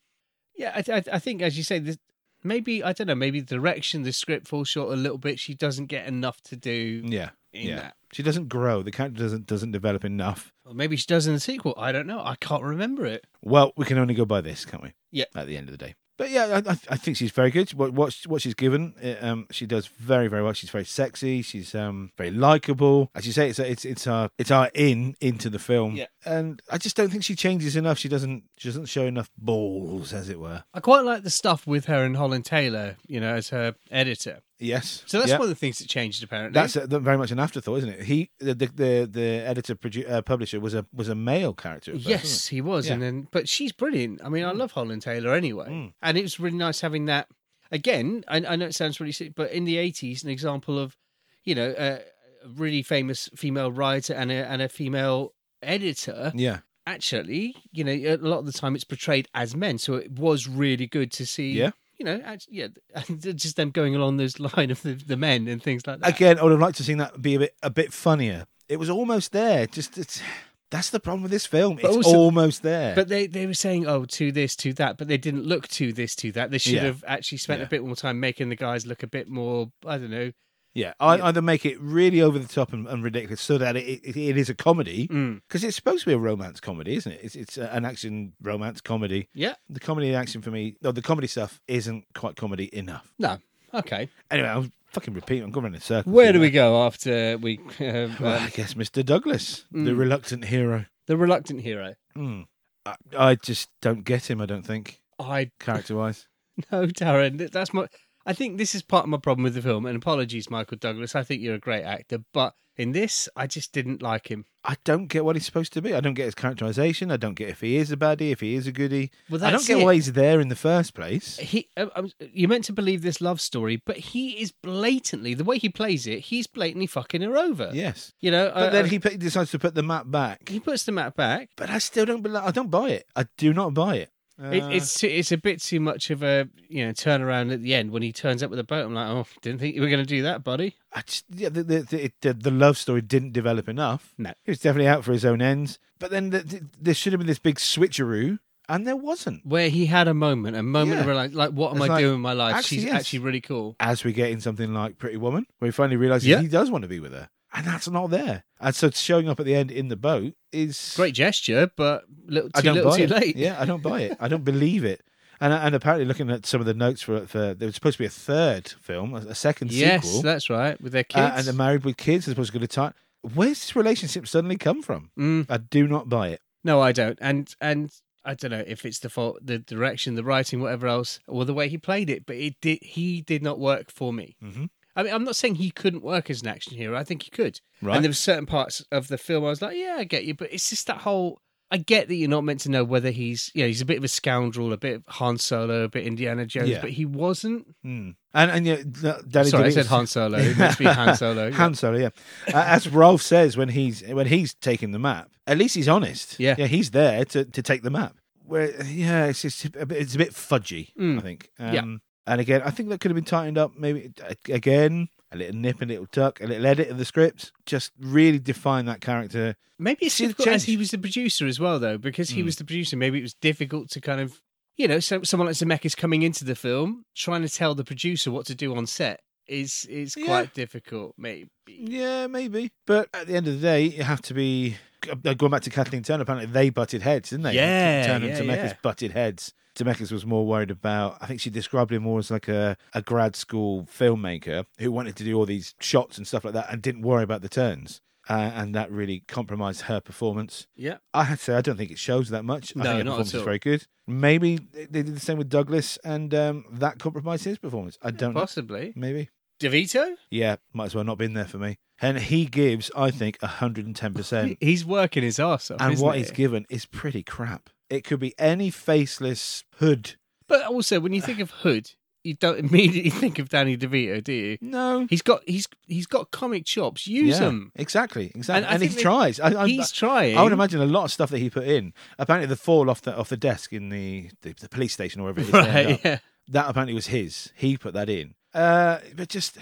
yeah I I, I think as you say this. Maybe I don't know. Maybe the direction the script falls short a little bit. She doesn't get enough to do
Yeah,
in
yeah.
that.
She doesn't grow. The character doesn't doesn't develop enough.
Or maybe she does in the sequel. I don't know. I can't remember it.
Well, we can only go by this, can't we?
Yeah.
At the end of the day. But yeah, I, I- I think she's very good. What what, she- what she's given, uh, um, she does very very well. She's very sexy. She's um, very likable. As you say, it's it's it's our it's our in into the film.
Yeah.
And I just don't think she changes enough. She doesn't she doesn't show enough balls, as it were.
I quite like the stuff with her and Holland Taylor, you know, as her editor.
Yes.
So that's
yeah.
one of the things that changed, apparently.
That's uh very much an afterthought, isn't it? He, the the the, the editor produ- uh, publisher was a was a male character. at first, wasn't
yes, he was,
Yeah. Mm.
and then but she's brilliant. I mean, I love Holland Taylor anyway, and it was really nice having that again. I, I know it sounds really sick, but in the eighties, an example of you know a a really famous female writer and a and a female editor.
it? Yeah.
Actually, you know, a lot of the time it's portrayed as men, so it was really good to see.
Yeah.
You know, act- yeah, just them going along those line of the, the men and things like that.
Again, I would have liked to have seen that be a bit a bit funnier. It was almost there. Just it's, that's the problem with this film.
But
it's
also-
almost there.
But they, they were saying, oh, to this, to that, but they didn't look to this, to that. They should
Yeah.
have actually spent
Yeah.
a bit more time making the guys look a bit more, I don't know.
yeah, I, either make it really over the top and, and ridiculous so that it, it, it is a comedy
Mm.
because it's supposed to be a romance comedy, isn't it? It's it's uh, an action romance comedy.
Yeah.
The comedy and action for me, no, the comedy stuff isn't quite comedy enough.
No. Okay.
Anyway, I'm fucking repeating. I'm going in a circle.
Where do we go after we. Mm. Uh,
Well, I
um,
guess Mr. Douglas, the reluctant hero.
the reluctant hero.
Mm. I, I just don't get him. I don't think
I
character wise.
know, Oh, Darren. that- That's my. I think this is part of my problem with the film. And apologies, Michael Douglas. I think you're a great actor. But in this, I just didn't like him.
I don't get what he's supposed to be. I don't get his characterization. I don't get if he is a baddie, if he is a goodie.
Well,
I don't
that's
get
it.
why he's there in the first place.
he uh, um, you're meant to believe this love story but he is blatantly the way he plays it he's blatantly fucking her over
Yes,
you know
but
I-
then
I-
he p- decides to put the map back.
he puts the map back
But I still don't. bel I don't buy it. I do not buy it. Uh,
it, it's too- it's a bit too much of a you know turnaround at the end when he turns up with a boat i'm like oh didn't think you were going to do that buddy
I just, yeah, the, the, the, it, the, the love story didn't develop enough.
No.
He was definitely out for his own ends. But then the, the, there should have been this big switcheroo, and there wasn't.
where he had a moment a moment
Yeah.
of realize like what am
It's
i
like,
doing with my life
actually,
she's
yes.
actually really cool
as we get in something like Pretty Woman, where he finally realizes
Yeah.
he does want to be with her. And that's not there. And so showing up at the end in the boat is
great gesture but little
I
too
don't
little
buy
too
it.
late
Yeah, I don't buy it. I don't believe it. And and apparently, looking at some of the notes for for there was supposed to be a third film, a, a second
yes
sequel,
that's right with their kids
uh, and they're married with kids. They're supposed to go to time. Where's this relationship suddenly come from?
Mm.
I do not buy it.
No, I don't. And and I don't know if it's the fault, the direction, the writing, whatever else, or the way he played it. But it did. He did not work for me.
Mhm.
I mean, I'm not saying he couldn't work as an action hero. I think he could.
Right.
And there were certain parts of the film I was like, yeah, I get you. But it's just that whole. I get that you're not meant to know whether he's, you know, he's a bit of a scoundrel, a bit of Han Solo, a bit Indiana Jones,
Yeah.
but he wasn't.
Hmm. And and yeah, th- Danny
Sorry, I
DeVito-
said Han Solo. It must be Han Solo. yeah.
Han Solo, yeah. Uh, as Rolf says when he's when he's taking the map, at least he's honest.
Yeah.
yeah, he's there to, to take the map. Where yeah, it's just a bit, it's a bit fudgy. I think. Um,
Mm. Yeah.
And again, I think that could have been tightened up. Maybe again, a little nip, a little tuck, a little edit of the script. Just really define that character.
Maybe it's
See the
difficult as
change. Hmm.
he was the producer as well, though, because he was the producer. Maybe it was difficult to kind of, you know, so, someone like Zemeckis coming into the film trying to tell the producer what to do on set is is
Yeah.
quite difficult. Maybe
Yeah, maybe. But at the end of the day, you have to be uh, going back to Kathleen Turner. Apparently, they butted heads, didn't they?
Yeah,
Turner
yeah,
and Zemeckis
yeah.
butted heads. Zemeckis was more worried about. I think she described him more as like a, a grad school filmmaker who wanted to do all these shots and stuff like that, and didn't worry about the turns. Uh, and that really compromised her performance.
yeah,
I have to say, I don't think it shows that much. I
No,
think her
not at
performance
all.
is very good. Maybe they they did the same with Douglas, and um, that compromised his performance. I don't know.
possibly
Maybe.
Devito.
Yeah, might as well not been there for me. And he gives, I think, 110%.
He's working his arse off,
Um, and
isn't
what
he?
he's given is pretty crap. It could be any faceless hood.
But also, when you think of Hood, you don't immediately think of Danny DeVito, do you?
No.
He's got he's he's got comic chops. Use
yeah,
them.
Exactly, exactly.
And
And,
I think
he
they-
tries. I, I,
He's trying.
I would imagine a lot of stuff that he put in. Apparently, the fall off the off the desk in the, the, the police station or wherever it is. they end up,
right. Yeah.
that apparently was his. He put that in. Uh, but just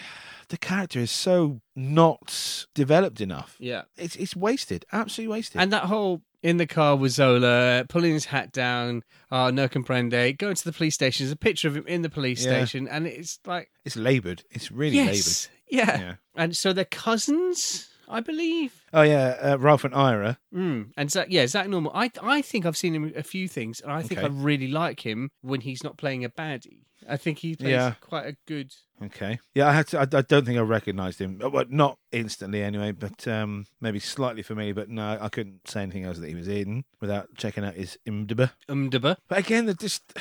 the character is so not developed enough.
Yeah.
It's it's wasted, absolutely wasted.
And that whole in the car with Zola, pulling his hat down, uh, no comprende, going to the police station. There's a picture of him in the police
Yeah.
station, and it's like,
it's laboured. It's really laboured.
yes, yeah.
Yeah.
And so they're cousins, I believe.
Oh yeah, uh, Ralph and Ira.
Mm. And Zach, yeah, Zach Normal. I I think I've seen him in a few things, and I think
Okay.
I really like him when he's not playing a baddie. I think he plays
Yeah.
quite a good.
Okay. Yeah, I had to. I, I don't think I recognised him. Uh, Well, not instantly anyway, but um, maybe slightly for me. But no, I couldn't say anything else that he was in without checking out his IMDb.
Umdaba.
But again, they're just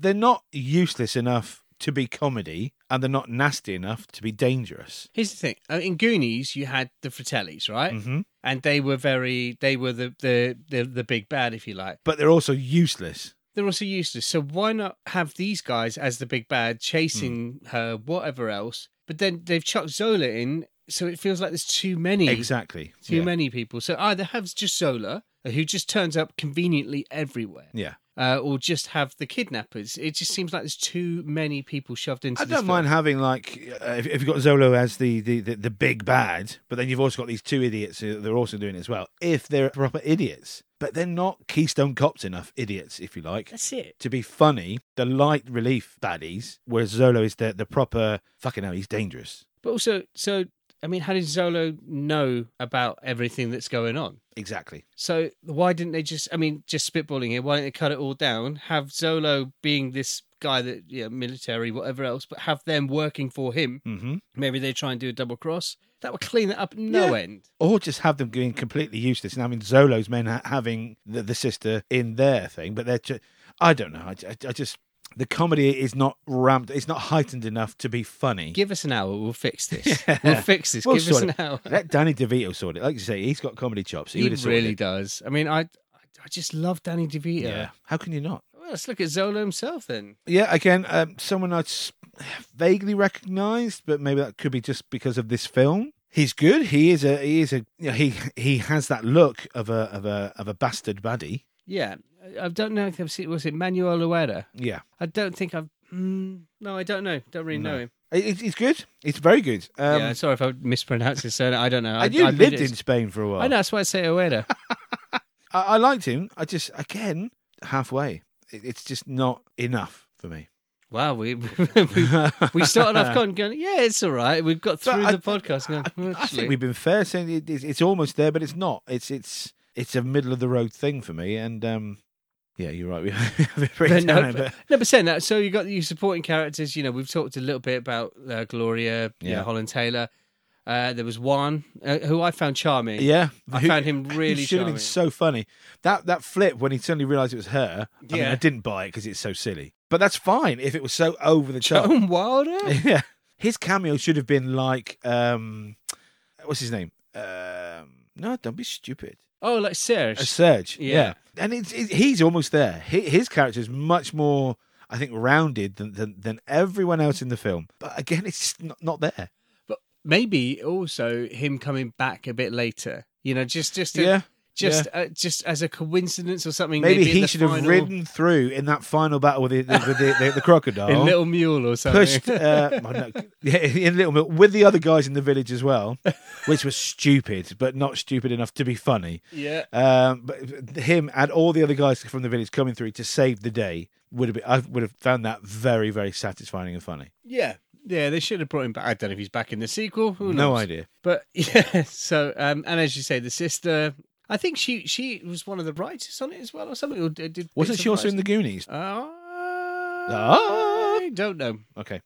they're not useless enough to be comedy and they're not nasty enough to be dangerous.
Here's the thing: uh, in Goonies, you had the Fratellis, right?
Mm.
Mm-hmm. And they were very, they were the, the the the big bad, if you like.
But they're also useless.
They're also useless. So why not have these guys as the big bad chasing
Hmm.
her, whatever else? But then they've chucked Zola in, so it feels like there's too many,
Exactly.
too
yeah.
many people. So either have just Zola, uh, who just turns up conveniently everywhere.
Yeah.
Uh, or just have the kidnappers. It just seems like there's too many people shoved into.
I
this
don't
film.
mind having like uh, if, if you've got Zolo as the, the, the, the big bad, but then you've also got these two idiots who they're also doing it as well. If they're proper idiots, but they're not Keystone Cops enough idiots, if you like,
That's it.
to be funny. The light relief baddies, whereas Zolo is the the proper fucking hell. He's dangerous.
But also, so I mean, how did Zolo know about everything that's going on?
Exactly.
So why didn't they just? I mean, just spitballing here. Why didn't they cut it all down? Have Zolo being this guy that yeah, military, whatever else, but have them working for him.
Mm-hmm.
Maybe they try and do a double cross. That would clean it up no
Yeah.
end.
Or just have them being completely useless and having Zolo's men ha- having the, the sister in their thing. But they're, ju- I don't know. I, I- I just the comedy is not ramped. It's not heightened enough to be funny.
Give us an hour, we'll fix this. We'll fix this.
We'll
Give us
sort
an
it.
hour.
Let Danny DeVito sort it. Like you say, he's got comedy chops. He,
He
would have sorted
really
it.
does. I mean, I I just love Danny DeVito.
Yeah. How can you not?
Well, let's look at Zolo himself then.
Yeah. Again, um, someone I s- vaguely recognised, but maybe that could be just because of this film. He's good. He is a. He is a. You know, he he has that look of a of a of a bastard baddie.
Yeah, I I don't know if I've seen. Was it Manuel Loera?
Yeah.
I don't think I've. Mm, no, I don't know. Don't really know him.
It, it- it's good. It's very good. Um,
yeah, sorry if I mispronounced his surname. I don't know. I,
and you
I read
lived
it
in
as-
Spain for a while.
I know. That's why I say Oeda.
I, I liked him. I just again halfway. It, it's just not enough for me.
wow, we, we we started off going, going, yeah, it's all right. We've
But
got through
I-
the podcast. and
I-
Going,
I
actually,
think we've been fair saying it, it's, it's almost there, but it's not. It's it's it's a middle of the road thing for me. And um, yeah, you're right. We have it
but
break
no,
down,
but,
but
no, but saying that, so you got your supporting characters. You know, we've talked a little bit about uh, Gloria, you
Yeah.
know, Holland Taylor. Uh, there was Juan, uh, who I found charming.
yeah,
I
Who-
found him really
He should have been
charming.
so funny. That that flip when he suddenly realised it was her. I mean,
Yeah.
I didn't buy it because it's so silly. But that's fine if it was so over the top.
Joan Wilder.
yeah, his cameo should have been like um, what's his name? Um, no, don't be stupid.
Oh, like Serge.
A surge, yeah.
Yeah.
And it's, it's he's almost there. He, his character is much more, I think, rounded than, than than everyone else in the film. But again, it's just not, not there.
but maybe also him coming back a bit later. You know, just just to,
Yeah,
just uh, just as a coincidence or something.
Maybe,
in
he
the
should have
final-
ridden through in that final battle with the, the, with the, the, the
in
crocodile.
Little Mule or something.
Pushed, uh, I don't know, yeah, in Little Mill with the other guys in the village as well, which was stupid, but not stupid enough to be funny.
yeah.
Um, but him and all the other guys from the village coming through to save the day would have been, I would have found that very, very satisfying and funny.
Yeah. Yeah, they should have brought him back. I don't know if he's back in the sequel. Who
No
knows?
idea.
But yeah, so um, and as you say, the sister. I think she she was one of the writers on it as well, or something. Or did, did
Wasn't she also in the Goonies?
Uh,
Ah.
I don't know.
Okay,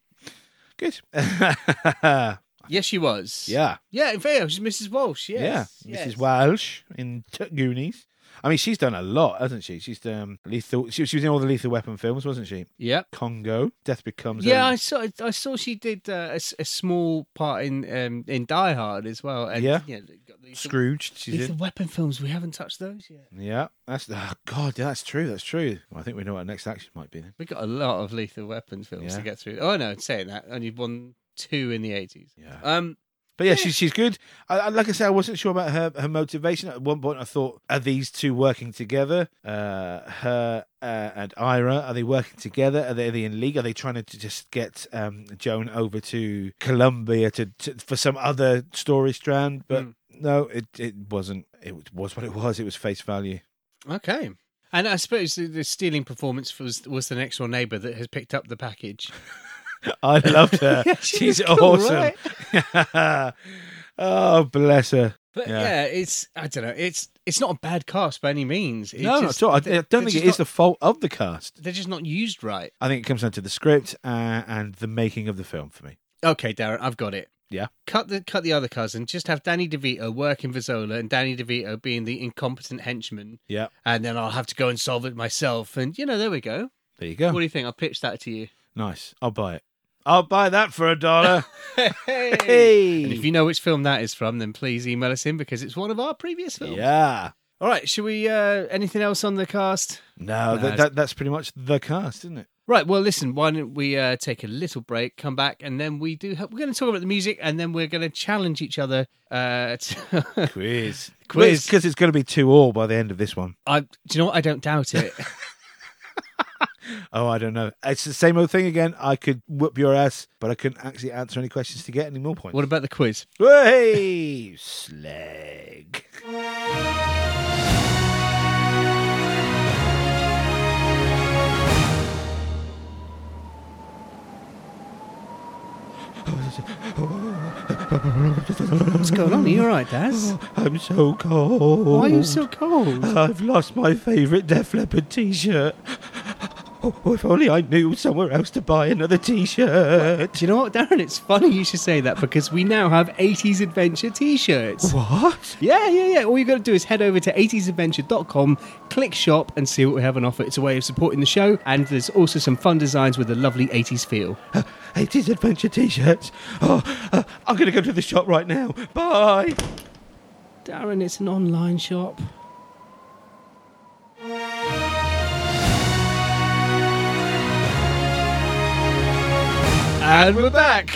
good.
Yes, she was.
yeah,
yeah. In fact, it was Mrs. Walsh. Yes,
yeah.
yes.
Mrs. Walsh in T- Goonies. I mean, she's done a lot, hasn't she? She's um, lethal. She, she was in all the Lethal Weapon films, wasn't she?
Yep.
Congo, Death Becomes. um,
Yeah,
Her.
I saw. I saw she did uh, a, s- a small part in um, in Die Hard as well. And,
Yeah.
you know, got these,
Scrooged. She's
These
in.
weapon films. We haven't touched those yet.
Yeah, that's oh God. Yeah, that's true. That's true. Well, I think we know what our next action might be. Then.
We got a lot of lethal weapons films to
Yeah.
get through. Oh no, saying that only one, two in the eighties.
Yeah.
Um,
But yeah, she's she's good. I, I, like I said, I wasn't sure about her her motivation. At one point, I thought, are these two working together? Uh, her uh, and Ira are they working together? Are they, are they in league? Are they trying to just get um, Joan over to Colombia to, to for some other story strand? But
Mm.
no, it it wasn't. It was what it was. It was face value.
okay. And I suppose the, the stealing performance was was the next door neighbor that has picked up the package.
I loved her.
Yeah, she
she's
was cool,
awesome. oh bless her.
But
Yeah.
yeah. it's I don't know. It's it's not a bad cast by any means. It's
no,
just-
not at all. I, I
they're-
don't
they're
think
just
it is the
not-
fault of the cast.
They're just not used right.
I think it comes down to the script uh, and the making of the film for me.
Okay, Darren, I've got it.
Yeah.
Cut the cut the other cousin. Just have Danny DeVito working for Zola and Danny DeVito being the incompetent henchman,
Yeah.
and then I'll have to go and solve it myself. And you know, there we go.
There you go.
What do you think? I'll pitch that to you.
Nice. I'll buy it. I'll buy that for a dollar.
Hey! And if
hey.
you know which film that is from, then please email us in because it's one of our previous films.
Yeah.
All right, should we? Uh, anything else on the cast?
No,
No,
that, that, that's pretty much the cast, isn't it?
Right. Well, listen. Why don't we uh, take a little break, come back, and then we do. Have, we're going to talk about the music, and then we're going to challenge each other. Uh, to,
Quiz.
Quiz.
Because it's going to be two all by the end of this one.
I, do you know what? I don't doubt it.
Oh, I don't know. It's the same old thing again. I could whoop your ass, but I couldn't actually answer any questions to get any more points.
what about the quiz?
Hey, slag.
What's going on? Are you all right, Daz?
I'm so cold.
Why are you so cold?
I've lost my favourite Def Leppard t-shirt. Oh, if only I knew somewhere else to buy another t-shirt.
Do you know what, Darren? It's funny you should say that because we now have 80s Adventure t shirts.
What?
Yeah, yeah, yeah. All you got to do is head over to 80sadventure.com, click shop, and see what we have on offer. It's a way of supporting the show, and there's also some fun designs with a lovely 80s feel.
80s Uh, adventure t-shirts. Oh, uh, I'm going to go to the shop right now. Bye.
Darren, it's an online shop. And we're back.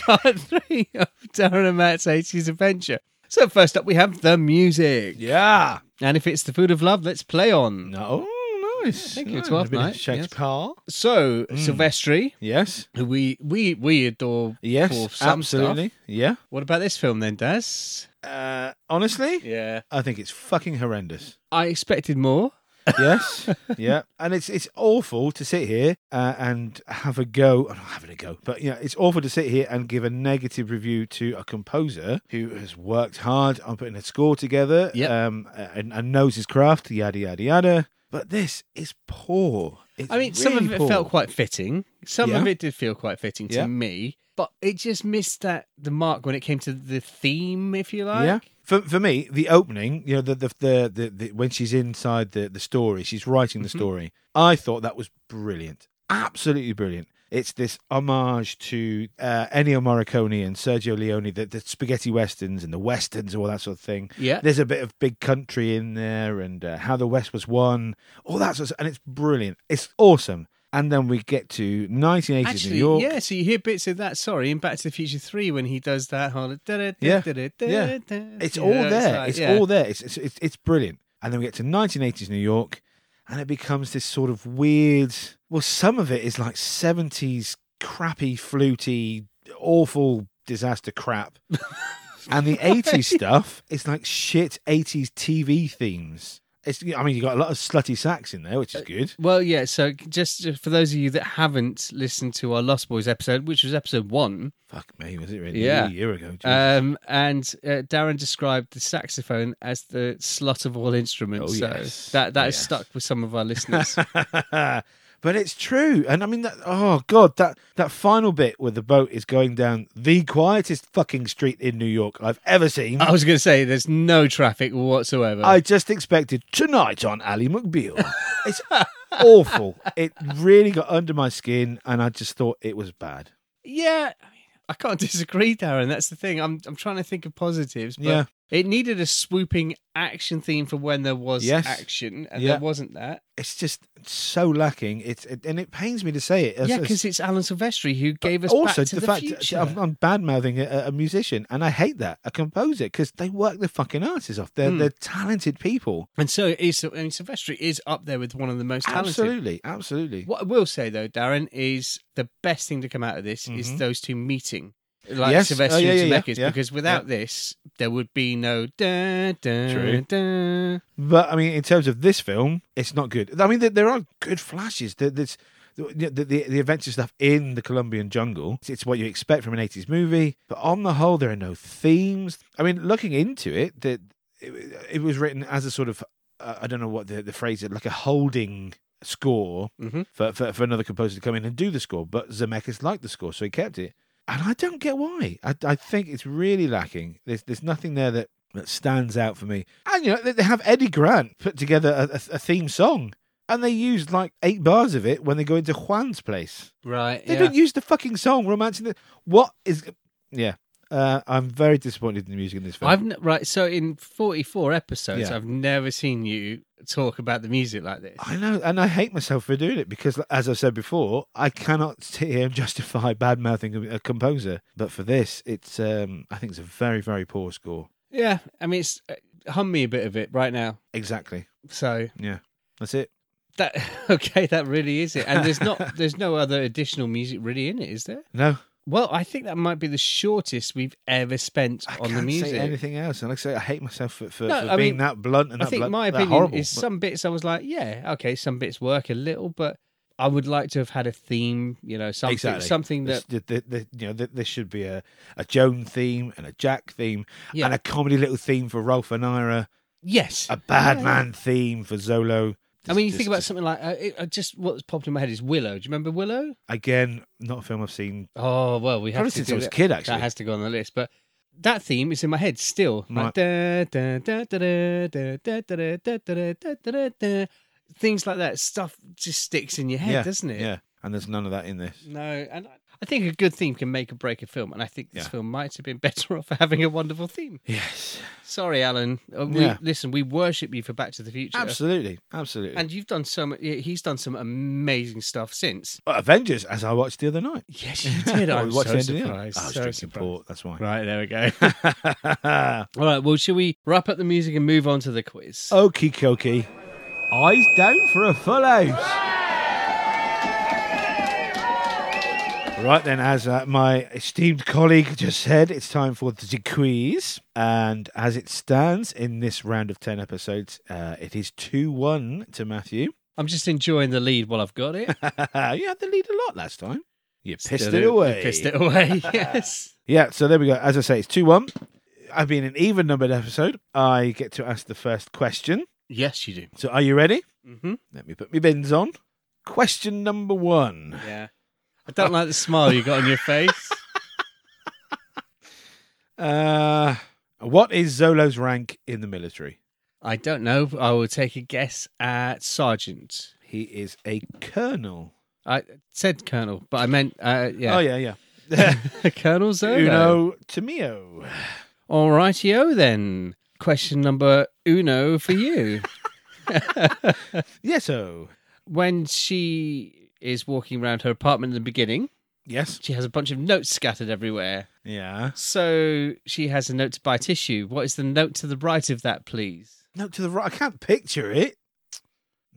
Part three of Darren and Matt's 80s adventure. So, first up, we have the music.
Yeah.
And if it's the food of love, let's play on.
No. Oh, nice.
Thank you,
Nice.
Twelfth
A bit of
Night, yes.
Shakespeare.
So,
Hmm.
Silvestri,
Yes.
who we, we, we adore
Yes.
for some
absolutely.
stuff.
Yeah.
What about this film then, Daz?
Uh, honestly,
Yeah.
I think it's fucking horrendous.
I expected more.
Yes. yeah. And it's it's awful to sit here uh, and have a go. I'm not having a go, but yeah, it's awful to sit here and give a negative review to a composer who has worked hard on putting a score together.
Yep.
Um, and, and knows his craft. Yada yada yada. But this is poor. It's
I mean, some
really
of it
poor.
felt quite fitting. Some of
Yeah.
it did feel quite fitting to
Yeah.
me, but it just missed that the mark when it came to the theme, if you like.
Yeah. For, for me, the opening, you know, the the, the, the, the when she's inside the, the story, she's writing
Mm-hmm.
the story. I thought that was brilliant, absolutely brilliant. It's this homage to uh, Ennio Morricone and Sergio Leone, the, the spaghetti westerns and the westerns, and all that sort of thing.
Yeah.
There's a bit of big country in there and uh, how the West was won, all that sort of, and it's brilliant. It's awesome. And then we get to 1980s New
Actually,
York.
yeah, so you hear bits of that, sorry, in Back to the Future 3 when he does that whole. da- da-
Yeah.
da- da- da-
Yeah.
da-
It's
you
all
know,
there. It's,
like, yeah.
all there. It's, it's it's it's brilliant. And then we get to 1980s New York, and it becomes this sort of weird. Well, some of it is like 70s crappy, fluty, awful disaster crap, and the 80s stuff is like shit 80s TV themes. It's I mean you got a lot of slutty sax in there, which
Uh,
is good.
Well, yeah, so just for those of you that haven't listened to our Lost Boys episode, which was episode one,
Fuck me, was it really?
Yeah.
a year ago. Jesus.
um, and uh, Darren described the saxophone as the slut of all instruments.
Oh,
so
yes.
that, that has
Yes.
stuck with some of our listeners.
but it's true, and I mean that. Oh God, that that final bit where the boat is going down the quietest fucking street in New York I've ever seen.
I was going to say there's no traffic whatsoever.
I just expected tonight on Ali McBeal. it's awful. It really got under my skin, and I just thought it was bad.
yeah, I, mean, I can't disagree, Darren. That's the thing. I'm I'm trying to think of positives, but
Yeah.
it needed a swooping action theme for when there was
Yes.
action, and
Yeah.
there wasn't that.
It's just so lacking. It's it, and it pains me to say it.
yeah,
It's-
because it's Alan Silvestri who gave us
also
Back to
the,
the,
fact
future.
that I'm, I'm bad mouthing a, a musician, and I hate that a composer because they work the fucking artists off.
Hmm.
They're they're talented people.
and so it is. I mean, Silvestri is up there with one of the most talented.
Absolutely, absolutely.
What I will say though, Darren, is the best thing to come out of this is those two meeting. Like
Mm-hmm. Yes.
Sylvester
Oh, yeah,
and
yeah, yeah,
Zemeckis,
yeah,
because without this, there would be no da da
True.
da.
But I mean, in terms of this film, it's not good. I mean, there, there are good flashes. There, there's the, the the adventure stuff in the Colombian jungle. It's, it's what you expect from an '80s movie. But on the whole, there are no themes. I mean, looking into it, that it, it was written as a sort of uh, I don't know what the the phrase is, like a holding score
Mhm.
for, for for another composer to come in and do the score. But Zemeckis liked the score, so he kept it. And I don't get why. I, I think it's really lacking. There's there's nothing there that, that stands out for me. And you know they, they have Eddie Grant put together a, a, a theme song, and they used like eight bars of it when they go into Juan's place.
Right.
They
yeah.
don't use the fucking song "Romancing the." What is? Yeah, uh, I'm very disappointed in the music in this film.
I've n- right. So in forty-four episodes,
Yeah.
I've never seen you talk about the music like this.
I know, and I hate myself for doing it because, as I've said before, I cannot sit here and justify bad mouthing a composer. But for this, it's um, I think it's a very, very poor score.
Yeah. I mean, it's uh, hum me a bit of it right now.
Exactly.
So
Yeah, that's it.
that okay, that really is it. And there's not, there's no other additional music really in it, is there?
No,
Well, I think that might be the shortest we've ever spent
I
on
can't
the music.
say anything else. And like I say, I hate myself for, for,
No,
for
I
being
mean,
that blunt and
I
that
think
blunt-
my
that
opinion
horrible.
is some bits I was like, yeah, okay, some bits work a little, but I would like to have had a theme, you know, something,
Exactly.
something that
This- the, the, the, you know, th- there should be a, a Joan theme and a Jack theme
Yeah.
and a comedy little theme for Rolf and Ira,
yes,
a bad
Yeah, yeah.
man theme for Zolo.
I mean, you
Just-
think about
just-
something like uh, it, uh, just what's popped in my head is Willow. Do you remember Willow?
again, not a film I've seen.
Oh well, we have
Probably
to
since
do
I was a
that.
kid, actually.
That has to go on the list, but. That theme is in my head still. Like, da, da, da, da, da, da, da, da, da, da, da, da, da, da, da. Things like that. Stuff just sticks in your head,
yeah,
doesn't it?
Yeah, and there's none of that in this.
No, and I- I think a good theme can make or break a film, and I think this
Yeah.
film might have been better off having a wonderful theme.
Yes,
Sorry, Alan. Uh, we,
Yeah.
Listen, we worship you for Back to the Future,
absolutely, absolutely.
and you've done so much. He's done some amazing stuff since.
Uh, Avengers, as I watched the other night.
Yes, you did.
I
I'm
watched
so
the end of the night.
surprised.
I was
so
drinking
surprised.
Oh, port. That's why.
Right there we go.
Right.
All right. Well, shall we wrap up the music and move on to the quiz?
Okie dokie. Eyes down for a full house. Right then, as uh, my esteemed colleague just said, it's time for the quiz. And as it stands in this round of 10 episodes, uh, it is 2 1 to Matthew.
I'm just enjoying the lead while I've got it.
you had the lead a lot last time. You pissed
Still
it
do-
away.
Pissed it away. yes.
Yeah, so there we go. As I say, it's 2 1. I've been an even numbered episode. I get to ask the first question.
Yes, you do.
So are you ready?
Mm-hmm.
Let me put my bins on. Question number one.
Yeah. I don't like the smile you got on your face.
Uh, what is Zolo's rank in the military?
I don't know. I will take a guess at sergeant.
He is a colonel.
I said colonel, but I meant uh, yeah.
Oh, yeah, yeah.
colonel Zolo.
Uno Tamio.
All rightio then. Question number uno for you.
Yes, oh.
when she is walking around her apartment in the beginning,
Yes.
she has a bunch of notes scattered everywhere.
Yeah.
So she has a note to buy tissue. What is the note to the right of that, please?
Note to the right. I can't picture it.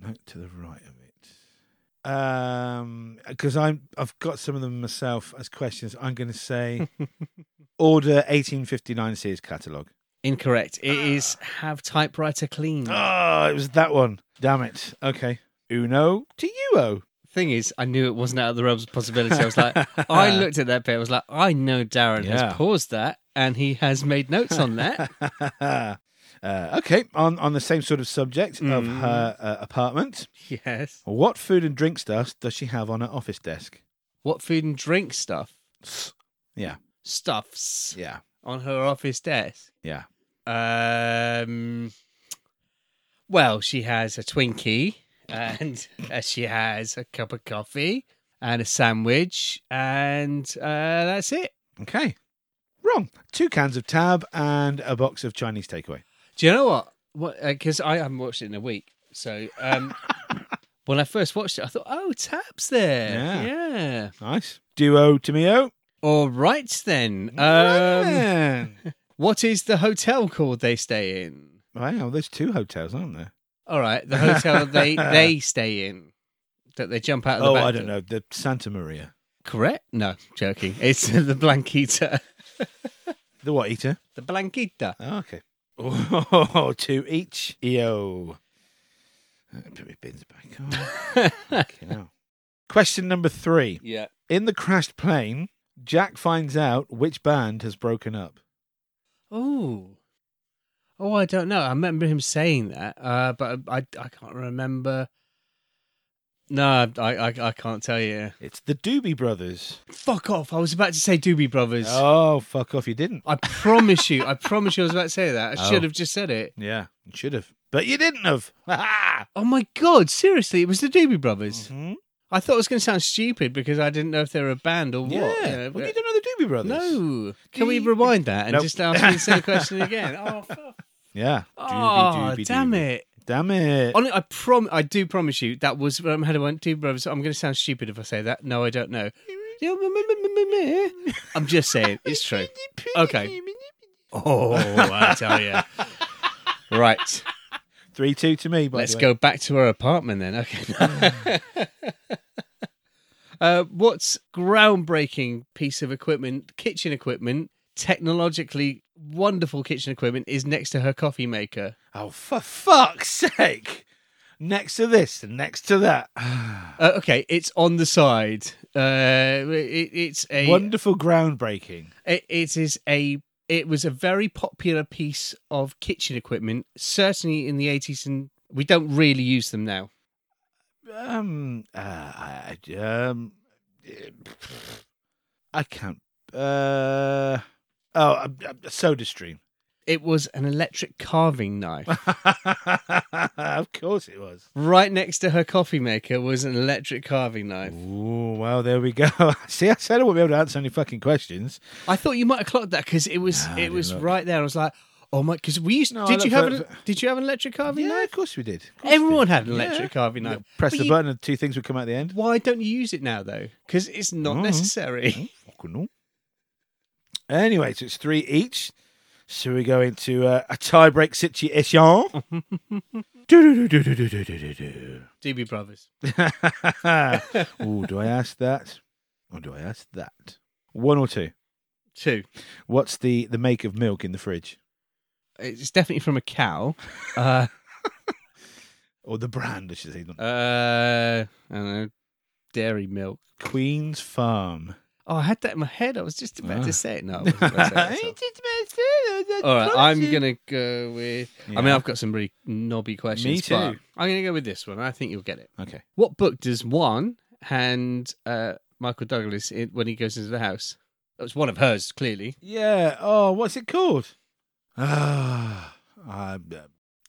Note to the right of it. Um, because I'm I've got some of them myself as questions. I'm going to say order 1859 Sears catalogue.
Incorrect. It is have typewriter clean.
Oh, it was that one. Damn it. Okay. Uno to Uo.
thing is, I knew it wasn't out of the realms of possibility. I was like, I looked at that bit. I was like, I know Darren
Yeah.
has paused that and he has made notes on that.
uh, okay. On on the same sort of subject of
Mm.
her uh, apartment,
yes.
what food and drink stuff does she have on her office desk?
What food and drink stuff?
Yeah.
Stuffs
Yeah.
on her office desk.
Yeah.
Um. Well, she has a Twinkie and uh, she has a cup of coffee and a sandwich, and uh, that's it.
Okay. Wrong. Two cans of tab and a box of Chinese takeaway.
Do you know what? What? Because I haven't watched it in a week, so um, when I first watched it, I thought, "Oh, taps there,
Yeah.
yeah."
Nice. Duo to meo.
All right then. Um,
Man.
What is the hotel called they stay in?
wow, there's two hotels, aren't there?
All right, the hotel they they stay in that they jump out of the
Oh,
back
I don't
door.
know. The Santa Maria.
Correct? No, joking. It's the Blanquita.
The what eater?
The Blanquita.
Oh, okay. Oh, two each. Yo. Uh, Put my bins back on. Fucking hell. Question number three.
Yeah.
In the crashed plane, Jack finds out which band has broken up.
Oh. Oh, I don't know. I remember him saying that, uh, but I, I can't remember. No, I, I, I can't tell you.
It's the Doobie Brothers.
Fuck off. I was about to say Doobie Brothers.
Oh, fuck off, you didn't.
I promise you. I promise you I was about to say that. I
Oh.
should have just said it.
Yeah, you should have. But you didn't have. Ha ha!
Oh my God. Seriously, it was the Doobie Brothers.
Mhm.
I thought it was going to sound stupid because I didn't know if they were a band or
Yeah.
what. you know,
Well,
but-
you don't know the Doobie Brothers.
No. Can we
Doobie-
rewind that and
Nope.
just ask me the same question again? Oh, fuck.
Yeah.
oh damn it.
Damn it.
Honestly, I prom I do promise you that was when I had one two brothers. I'm going to sound stupid if I say that. No, I don't know. I'm just saying it's true. Okay. Oh, I tell you. Right,
3 2 to me. By
let's
the way.
go back to her apartment then. Okay. uh, what's groundbreaking piece of equipment, kitchen equipment, technologically wonderful kitchen equipment, is next to her coffee maker?
Oh, for fuck's sake. Next to this and next to that.
Uh, okay, it's on the side. Uh, it, it's a
Wonderful groundbreaking.
It, it is a. It was a very popular piece of kitchen equipment, certainly in the eighties, and we don't really use them now.
Um, uh, I, I- um, eh, I can't. Uh, oh, uh, uh, soda stream.
It was an electric carving knife.
of course it was.
right next to her coffee maker was an electric carving knife.
Ooh, well, there we go. See, I said I wouldn't be able to answer any fucking questions.
I thought you might have clocked that because it was
Nah, I
it
didn't
was
look.
right there. I was like, oh my, because we used.
No, I
did you have
looked
an,
for-
Did you have an electric carving
Yeah,
knife?
of course we did. Of course we did.
Everyone had an
Yeah.
electric carving knife.
Press
But
the
you-
button and two things would come out the end.
Why don't you use it now though? Because it's not
Mhm.
necessary.
Fucking no. Anyway, so it's three each. So we go into uh, a tiebreak situation. Do-do-do-do-do-do-do-do-do.
DB Brothers.
Ooh, do I ask that? Or do I ask that? One or two.
Two.
What's the, the make of milk in the fridge?
It's definitely from a cow. Uh,
Or the brand, I should say. not-
Uh, I don't know. Dairy milk.
Queen's Farm.
Oh, I had that in my head. I was just about
Ah.
to say it. No, I wasn't about to say it at all. all right, I'm gonna go with. I mean,
Yeah.
I've got some really knobby questions.
too.
but I'm gonna go with this one. I think you'll get it.
Okay.
What book does Juan hand uh, Michael Douglas in, when he goes into the house? That was one of hers, clearly.
Yeah. Oh, what's it called? Ah, uh,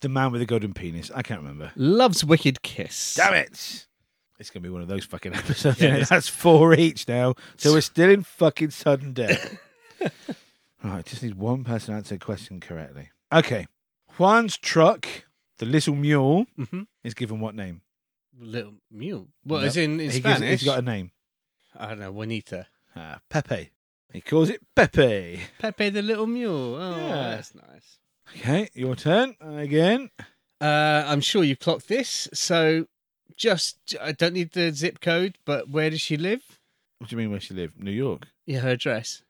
the man with the golden penis. I can't remember.
Love's Wicked Kiss.
Damn it! It's gonna be one of those fucking episodes.
Yeah,
isn't it?
it is.
That's four each now, so we're still in fucking sudden death. right, just need one person to answer the question correctly. Okay, Juan's truck, the little mule,
Mhm.
is given what name?
Little mule. Well,
Nope.
as in, in
he
Spanish.
Gives, he's got a name.
I don't know. Juanita.
Ah, Pepe. He calls it Pepe.
Pepe the little mule. Oh,
Yeah.
that's nice.
Okay, your turn again.
Uh, I'm sure you clocked this. So just, I don't need the zip code, but where does she live?
What do you mean where she lived? New York.
Yeah, her address.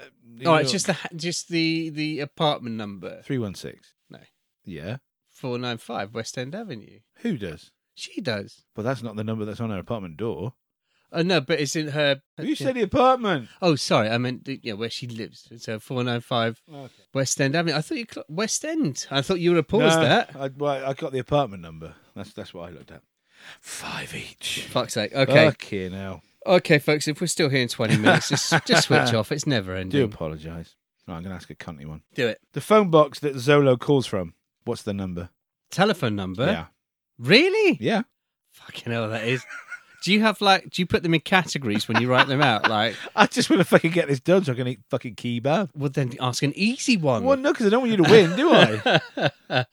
Uh, New
All right,
York.
just the ha- just the the apartment number
three one six.
No.
Yeah.
four nine five West End Avenue.
Who does?
She does.
But that's not the number that's on her apartment door.
Oh no, but it's in her.
You said the apartment.
Oh, sorry, I meant the, yeah where she lives. So four nine five West End Avenue. I thought you clo West End. I thought you would have paused
No,
that.
I, well, I got the apartment number. That's that's what I looked at. Five each.
Fuck's sake. Okay,
Okay, now.
okay, folks. If we're still here in twenty minutes, just just switch off. It's never
Do
ending.
apologise. Right, I'm going to ask a cunty one.
Do it.
The phone box that Zolo calls from. What's the number?
Telephone number.
Yeah.
Really?
Yeah.
Fucking hell, that is. Do you have like? Do you put them in categories when you write them out? Like,
I just want to fucking get this done so I can eat fucking kebab.
well, then ask an easy one.
Well, no, because I don't want you to win, do I?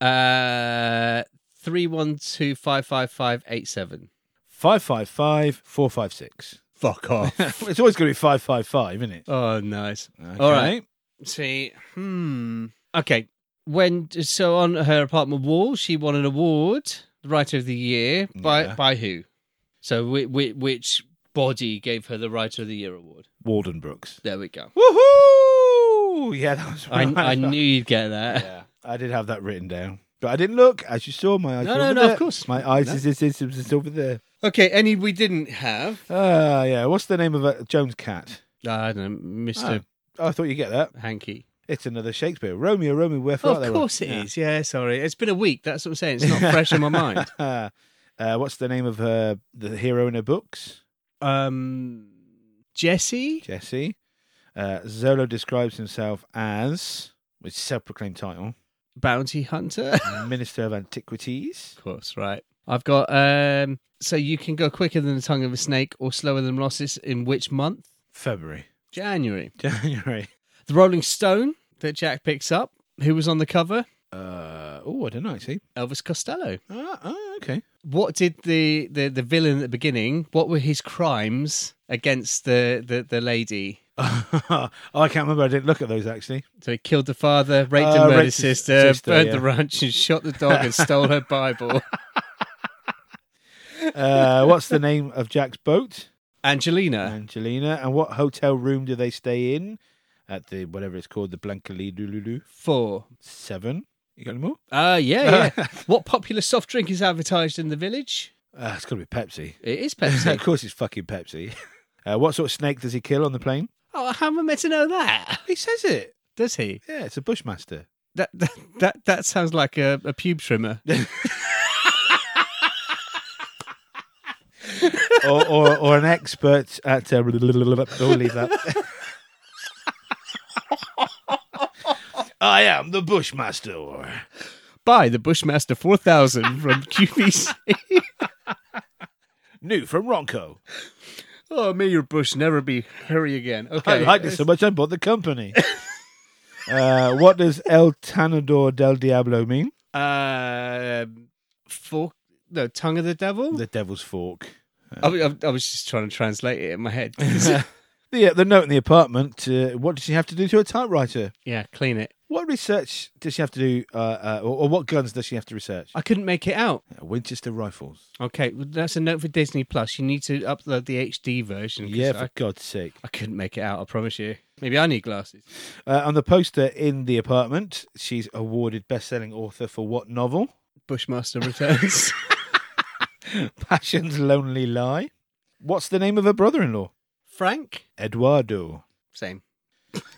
uh, three one two five five five eight seven.
555 456.
Fuck off.
It's always going to be 555, isn't it?
oh, nice.
Okay.
All right. See, hmm. Okay. When so on her apartment wall, she won an award, Writer of the Year, by
Yeah.
by who? So, which, which body gave her the Writer of the Year award?
Walden Brooks.
There we go.
Woohoo! Yeah, that was
I,
right.
I knew you'd get that.
Yeah, I did have that written down, but I didn't look. As you saw, my eyes.
No,
were
no,
over
no,
there.
of course.
my eyes
No.
is, is, is, is over there.
Okay, any we didn't have.
Ah, yeah. What's the name of a Jones cat?
Uh, I don't know, Mr.
Oh, I thought you get that.
Hanky.
It's another Shakespeare. Romeo, Romeo, wherefore art
of
thou
course
art.
it is. yeah. sorry. It's been a week. That's what I'm saying. It's not fresh in my mind.
Ah, Uh, what's the name of her, the hero in her books?
Um, Jesse?
Jesse. Uh, Zolo describes himself as, with self proclaimed title,
Bounty Hunter?
Minister of Antiquities.
of course, right. I've got, um, so you can go quicker than the tongue of a snake or slower than Rosses in which month?
February.
January.
January.
The Rolling Stone that Jack picks up, who was on the cover?
Uh, oh, I don't know, actually.
Elvis Costello.
Ah, ah, okay.
What did the, the, the villain at the beginning, what were his crimes against the, the, the lady?
oh, I can't remember. I didn't look at those, actually.
So he killed the father, raped and
Uh,
murdered
raped
his
his
sister,
sister,
burned
yeah.
the ranch, and shot the dog and stole her Bible.
Uh, what's the name of Jack's boat?
Angelina.
Angelina. And what hotel room do they stay in? At the, whatever it's called, the Blancali Dululu.
Four.
Seven. You got any more?
Uh, yeah, yeah. what popular soft drink is advertised in the village?
Uh, it's got to be Pepsi.
It is
of
Pepsi.
course, it's fucking Pepsi. Uh, what sort of snake does he kill on the plane?
oh, how am I meant to know that?
He says it.
Does he?
Yeah, it's a Bushmaster.
That that that, that sounds like a, a pube trimmer.
or, or, or an expert at. Uh, we'll leave that. I am the Bushmaster.
Buy the Bushmaster 4000 from QVC.
New from Ronco.
oh, may your bush never be hairy again.
I
Okay. uh,
like this so much, I bought the company. uh, what does El Tanador del Diablo mean?
Uh, fork, no, tongue of the devil?
The Devil's Fork.
I, I- I was just trying to translate it in my head.
The, uh, the note in the apartment. Uh, what does she have to do to a typewriter?
yeah, clean it.
What research does she have to do, uh, uh, or, or what guns does she have to research?
I couldn't make it out.
Uh, Winchester rifles.
Okay, well, that's a note for Disney Plus. You need to upload the HD version. 'cause
Yeah,
I,
for God's sake.
I couldn't make it out. I promise you. Maybe I need glasses.
Uh, on the poster in the apartment, she's awarded best-selling author for what novel?
Bushmaster returns.
Passion's Lonely Lie. What's the name of her brother-in-law?
Frank,
Eduardo.
same.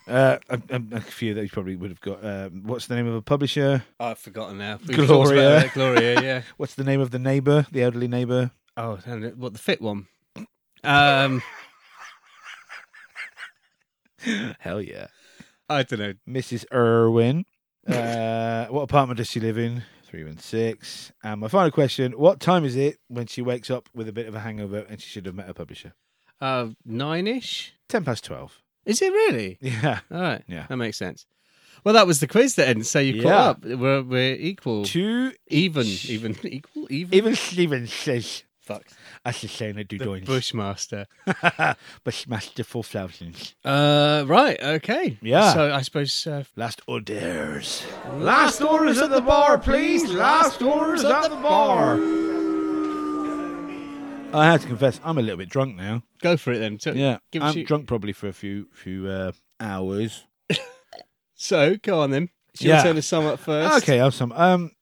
Uh, a, a- a few that you probably would have got. Um, what's the name of a publisher?
I've forgotten now. We
Gloria.
talked about that, Gloria. Yeah.
What's the name of the neighbour, the elderly neighbour?
oh, and it- what the fit one? Um,
Hell yeah.
I don't know.
Mrs. Irwin. Uh, what apartment does she live in? 316. And my final question, what time is it when she wakes up with a bit of a hangover and she should have met her publisher?
Uh, nine-ish.
10 past 12.
Is it really?
Yeah.
All right.
Yeah.
That makes sense. Well, that was the quiz then. So you caught
Yeah.
up. We're we're equal.
Two
Even, even, equal, even.
Even Steven says,
Fuck.
that's the saying I do
The
join.
Bushmaster.
Bushmaster 4000.
Uh, right. Okay.
Yeah.
So I suppose uh,
Last orders. Last orders at the bar, please. Last orders at the bar. I have to confess, I'm a little bit drunk now.
go for it then. So,
Yeah,
Give us
I'm
your-
drunk probably for a few few uh, hours.
So go on then. It's your
Yeah.
turn to sum up first.
Okay, awesome. Um,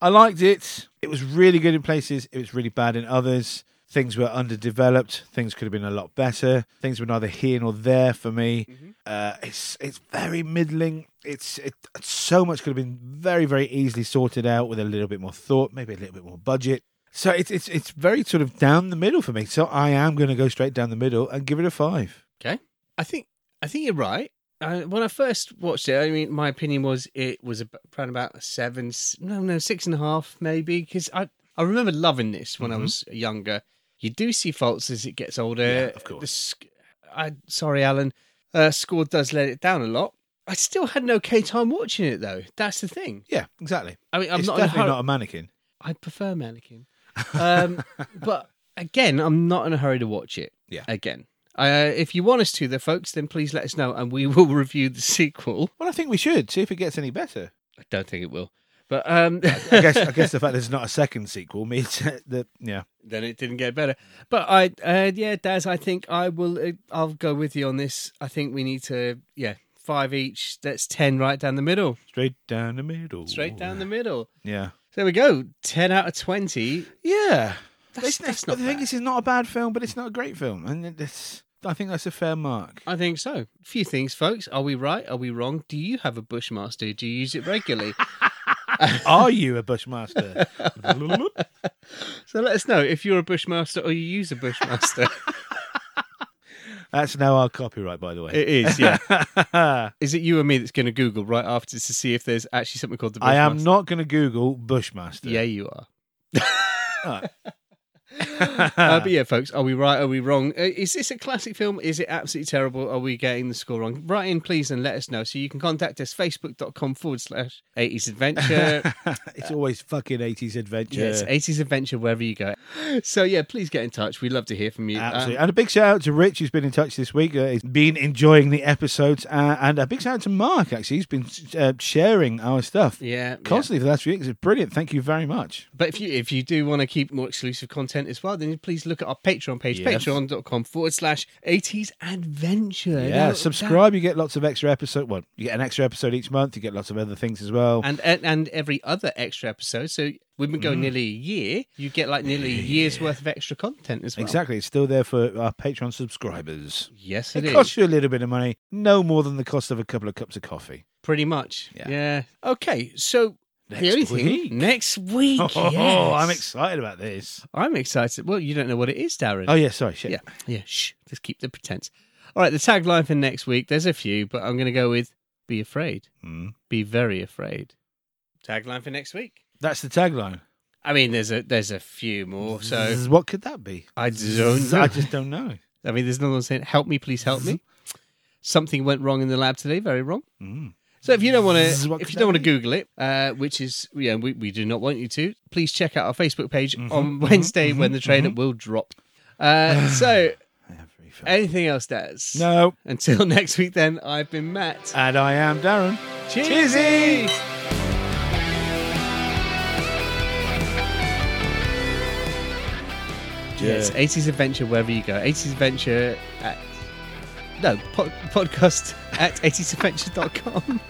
I liked it. It was really good in places. It was really bad in others. Things were underdeveloped. Things could have been a lot better. Things were neither here nor there for me.
Mm-hmm.
Uh, it's it's very middling. It's it, so much could have been very very easily sorted out with a little bit more thought, maybe a little bit more budget. So it's it's it's very sort of down the middle for me. So I am going to go straight down the middle and give it a five.
Okay. I think I think you're right. Uh, when I first watched it, I mean, my opinion was it was ab- around about a seven, s- no, no, six and a half maybe. Because I I remember loving this
Mm-hmm.
when I was younger. You do see faults as it gets older.
Yeah, of course.
The sc- I sorry, Alan. Uh, score does let it down a lot. I still had an okay time watching it though. That's the thing.
Yeah, exactly.
I mean, I'm
it's
not in a
definitely
hurry.
not a mannequin.
I prefer Mannequin. Um, but again, I'm not in a hurry to watch it.
Yeah.
Again. Uh, if you want us to, there, folks, then please let us know and we will review the sequel.
Well, I think we should see if it gets any better.
I don't think it will. But um,
I guess I guess the fact there's not a second sequel means that yeah.
then it didn't get better. But I, uh, yeah, Daz, I think I will, uh, I'll go with you on this. I think we need to, yeah, five each. That's 10 right down the middle.
Straight down the middle.
Straight down the middle.
Yeah.
There we go. 10 out of 20.
Yeah. It's-
That's- that's
but the
not
thing
bad.
is it's not a bad film, but it's not a great film. And it's I think that's a fair mark.
I think so. few things, folks. Are we right? Are we wrong? Do you have a Bushmaster? Do you use it regularly?
Are you a Bushmaster?
So let us know if you're a Bushmaster or you use a Bushmaster.
That's now our copyright, by the way.
it is, yeah. is it you and me that's going to Google right after to see if there's actually something called the
I
Bushmaster?
am not going to Google Bushmaster.
Yeah, you are.
Oh.
uh, but yeah, folks, are we right? Are we wrong? Uh, Is this a classic film? Is it absolutely terrible? Are we getting the score wrong? Write in, please, and let us know. So you can contact us, facebook.com forward slash 80s adventure.
It's always fucking 80s adventure.
yes, 80s adventure, wherever you go. So yeah, please get in touch. We'd love to hear from you. Um,
Absolutely. and a big shout out to Rich, who's been in touch this week. Uh, he's been enjoying the episodes. Uh, and a big shout out to Mark, actually. He's been uh, sharing our stuff
yeah, yeah.
constantly for the last few weeks. It's brilliant. Thank you very much.
But if you if you do want to keep more exclusive content as well, then please look at our Patreon page,
Yes.
patreon.com forward slash 80s adventure.
Yeah,
Now,
subscribe. You get lots of extra episode. Well, you get an extra episode each month. You get lots of other things as well.
that- And, and and every other extra episode. So we've been
Mm.
going nearly a year. You get like nearly a year's worth of extra content as well.
Exactly. It's still there for our Patreon subscribers.
Yes,
It
it is.
costs you a little bit of money, no more than the cost of a couple of cups of coffee.
Pretty much.
Yeah.
Yeah. Okay. So the
Next
only
week.
thing next week.
Oh, I'm
yes.
excited about this.
I'm excited. Well, you don't know what it is, Darren.
Oh, yeah, sorry. Shit.
Yeah, yeah. Shh. Just keep the pretense. All right. The tagline for next week. There's a few, but I'm going to go with "Be afraid,
Mm.
be very afraid." Tagline for next week.
That's the tagline.
I mean, there's a there's a few more. So
Zzz, what could that be?
I don't.
I
Know.
just don't know.
I mean, there's another one saying, "Help me, please help me." Something went wrong in the lab today. Very wrong.
Mm.
So if you don't want
Zzz,
to,
what
if
could
you don't want
that
to
be?
Google it, uh, which is yeah, we, we do not want you to. Please check out our Facebook page
Mm-hmm.
on Wednesday when the trailer will drop. Uh, so
Every film.
anything else, Daz?
No,
Until next week, then, I've been Matt.
and I am Darren.
Cheersy! Yes, 80s Adventure, wherever you go. 80s Adventure at. No, pod- podcast at 80sadventure.com.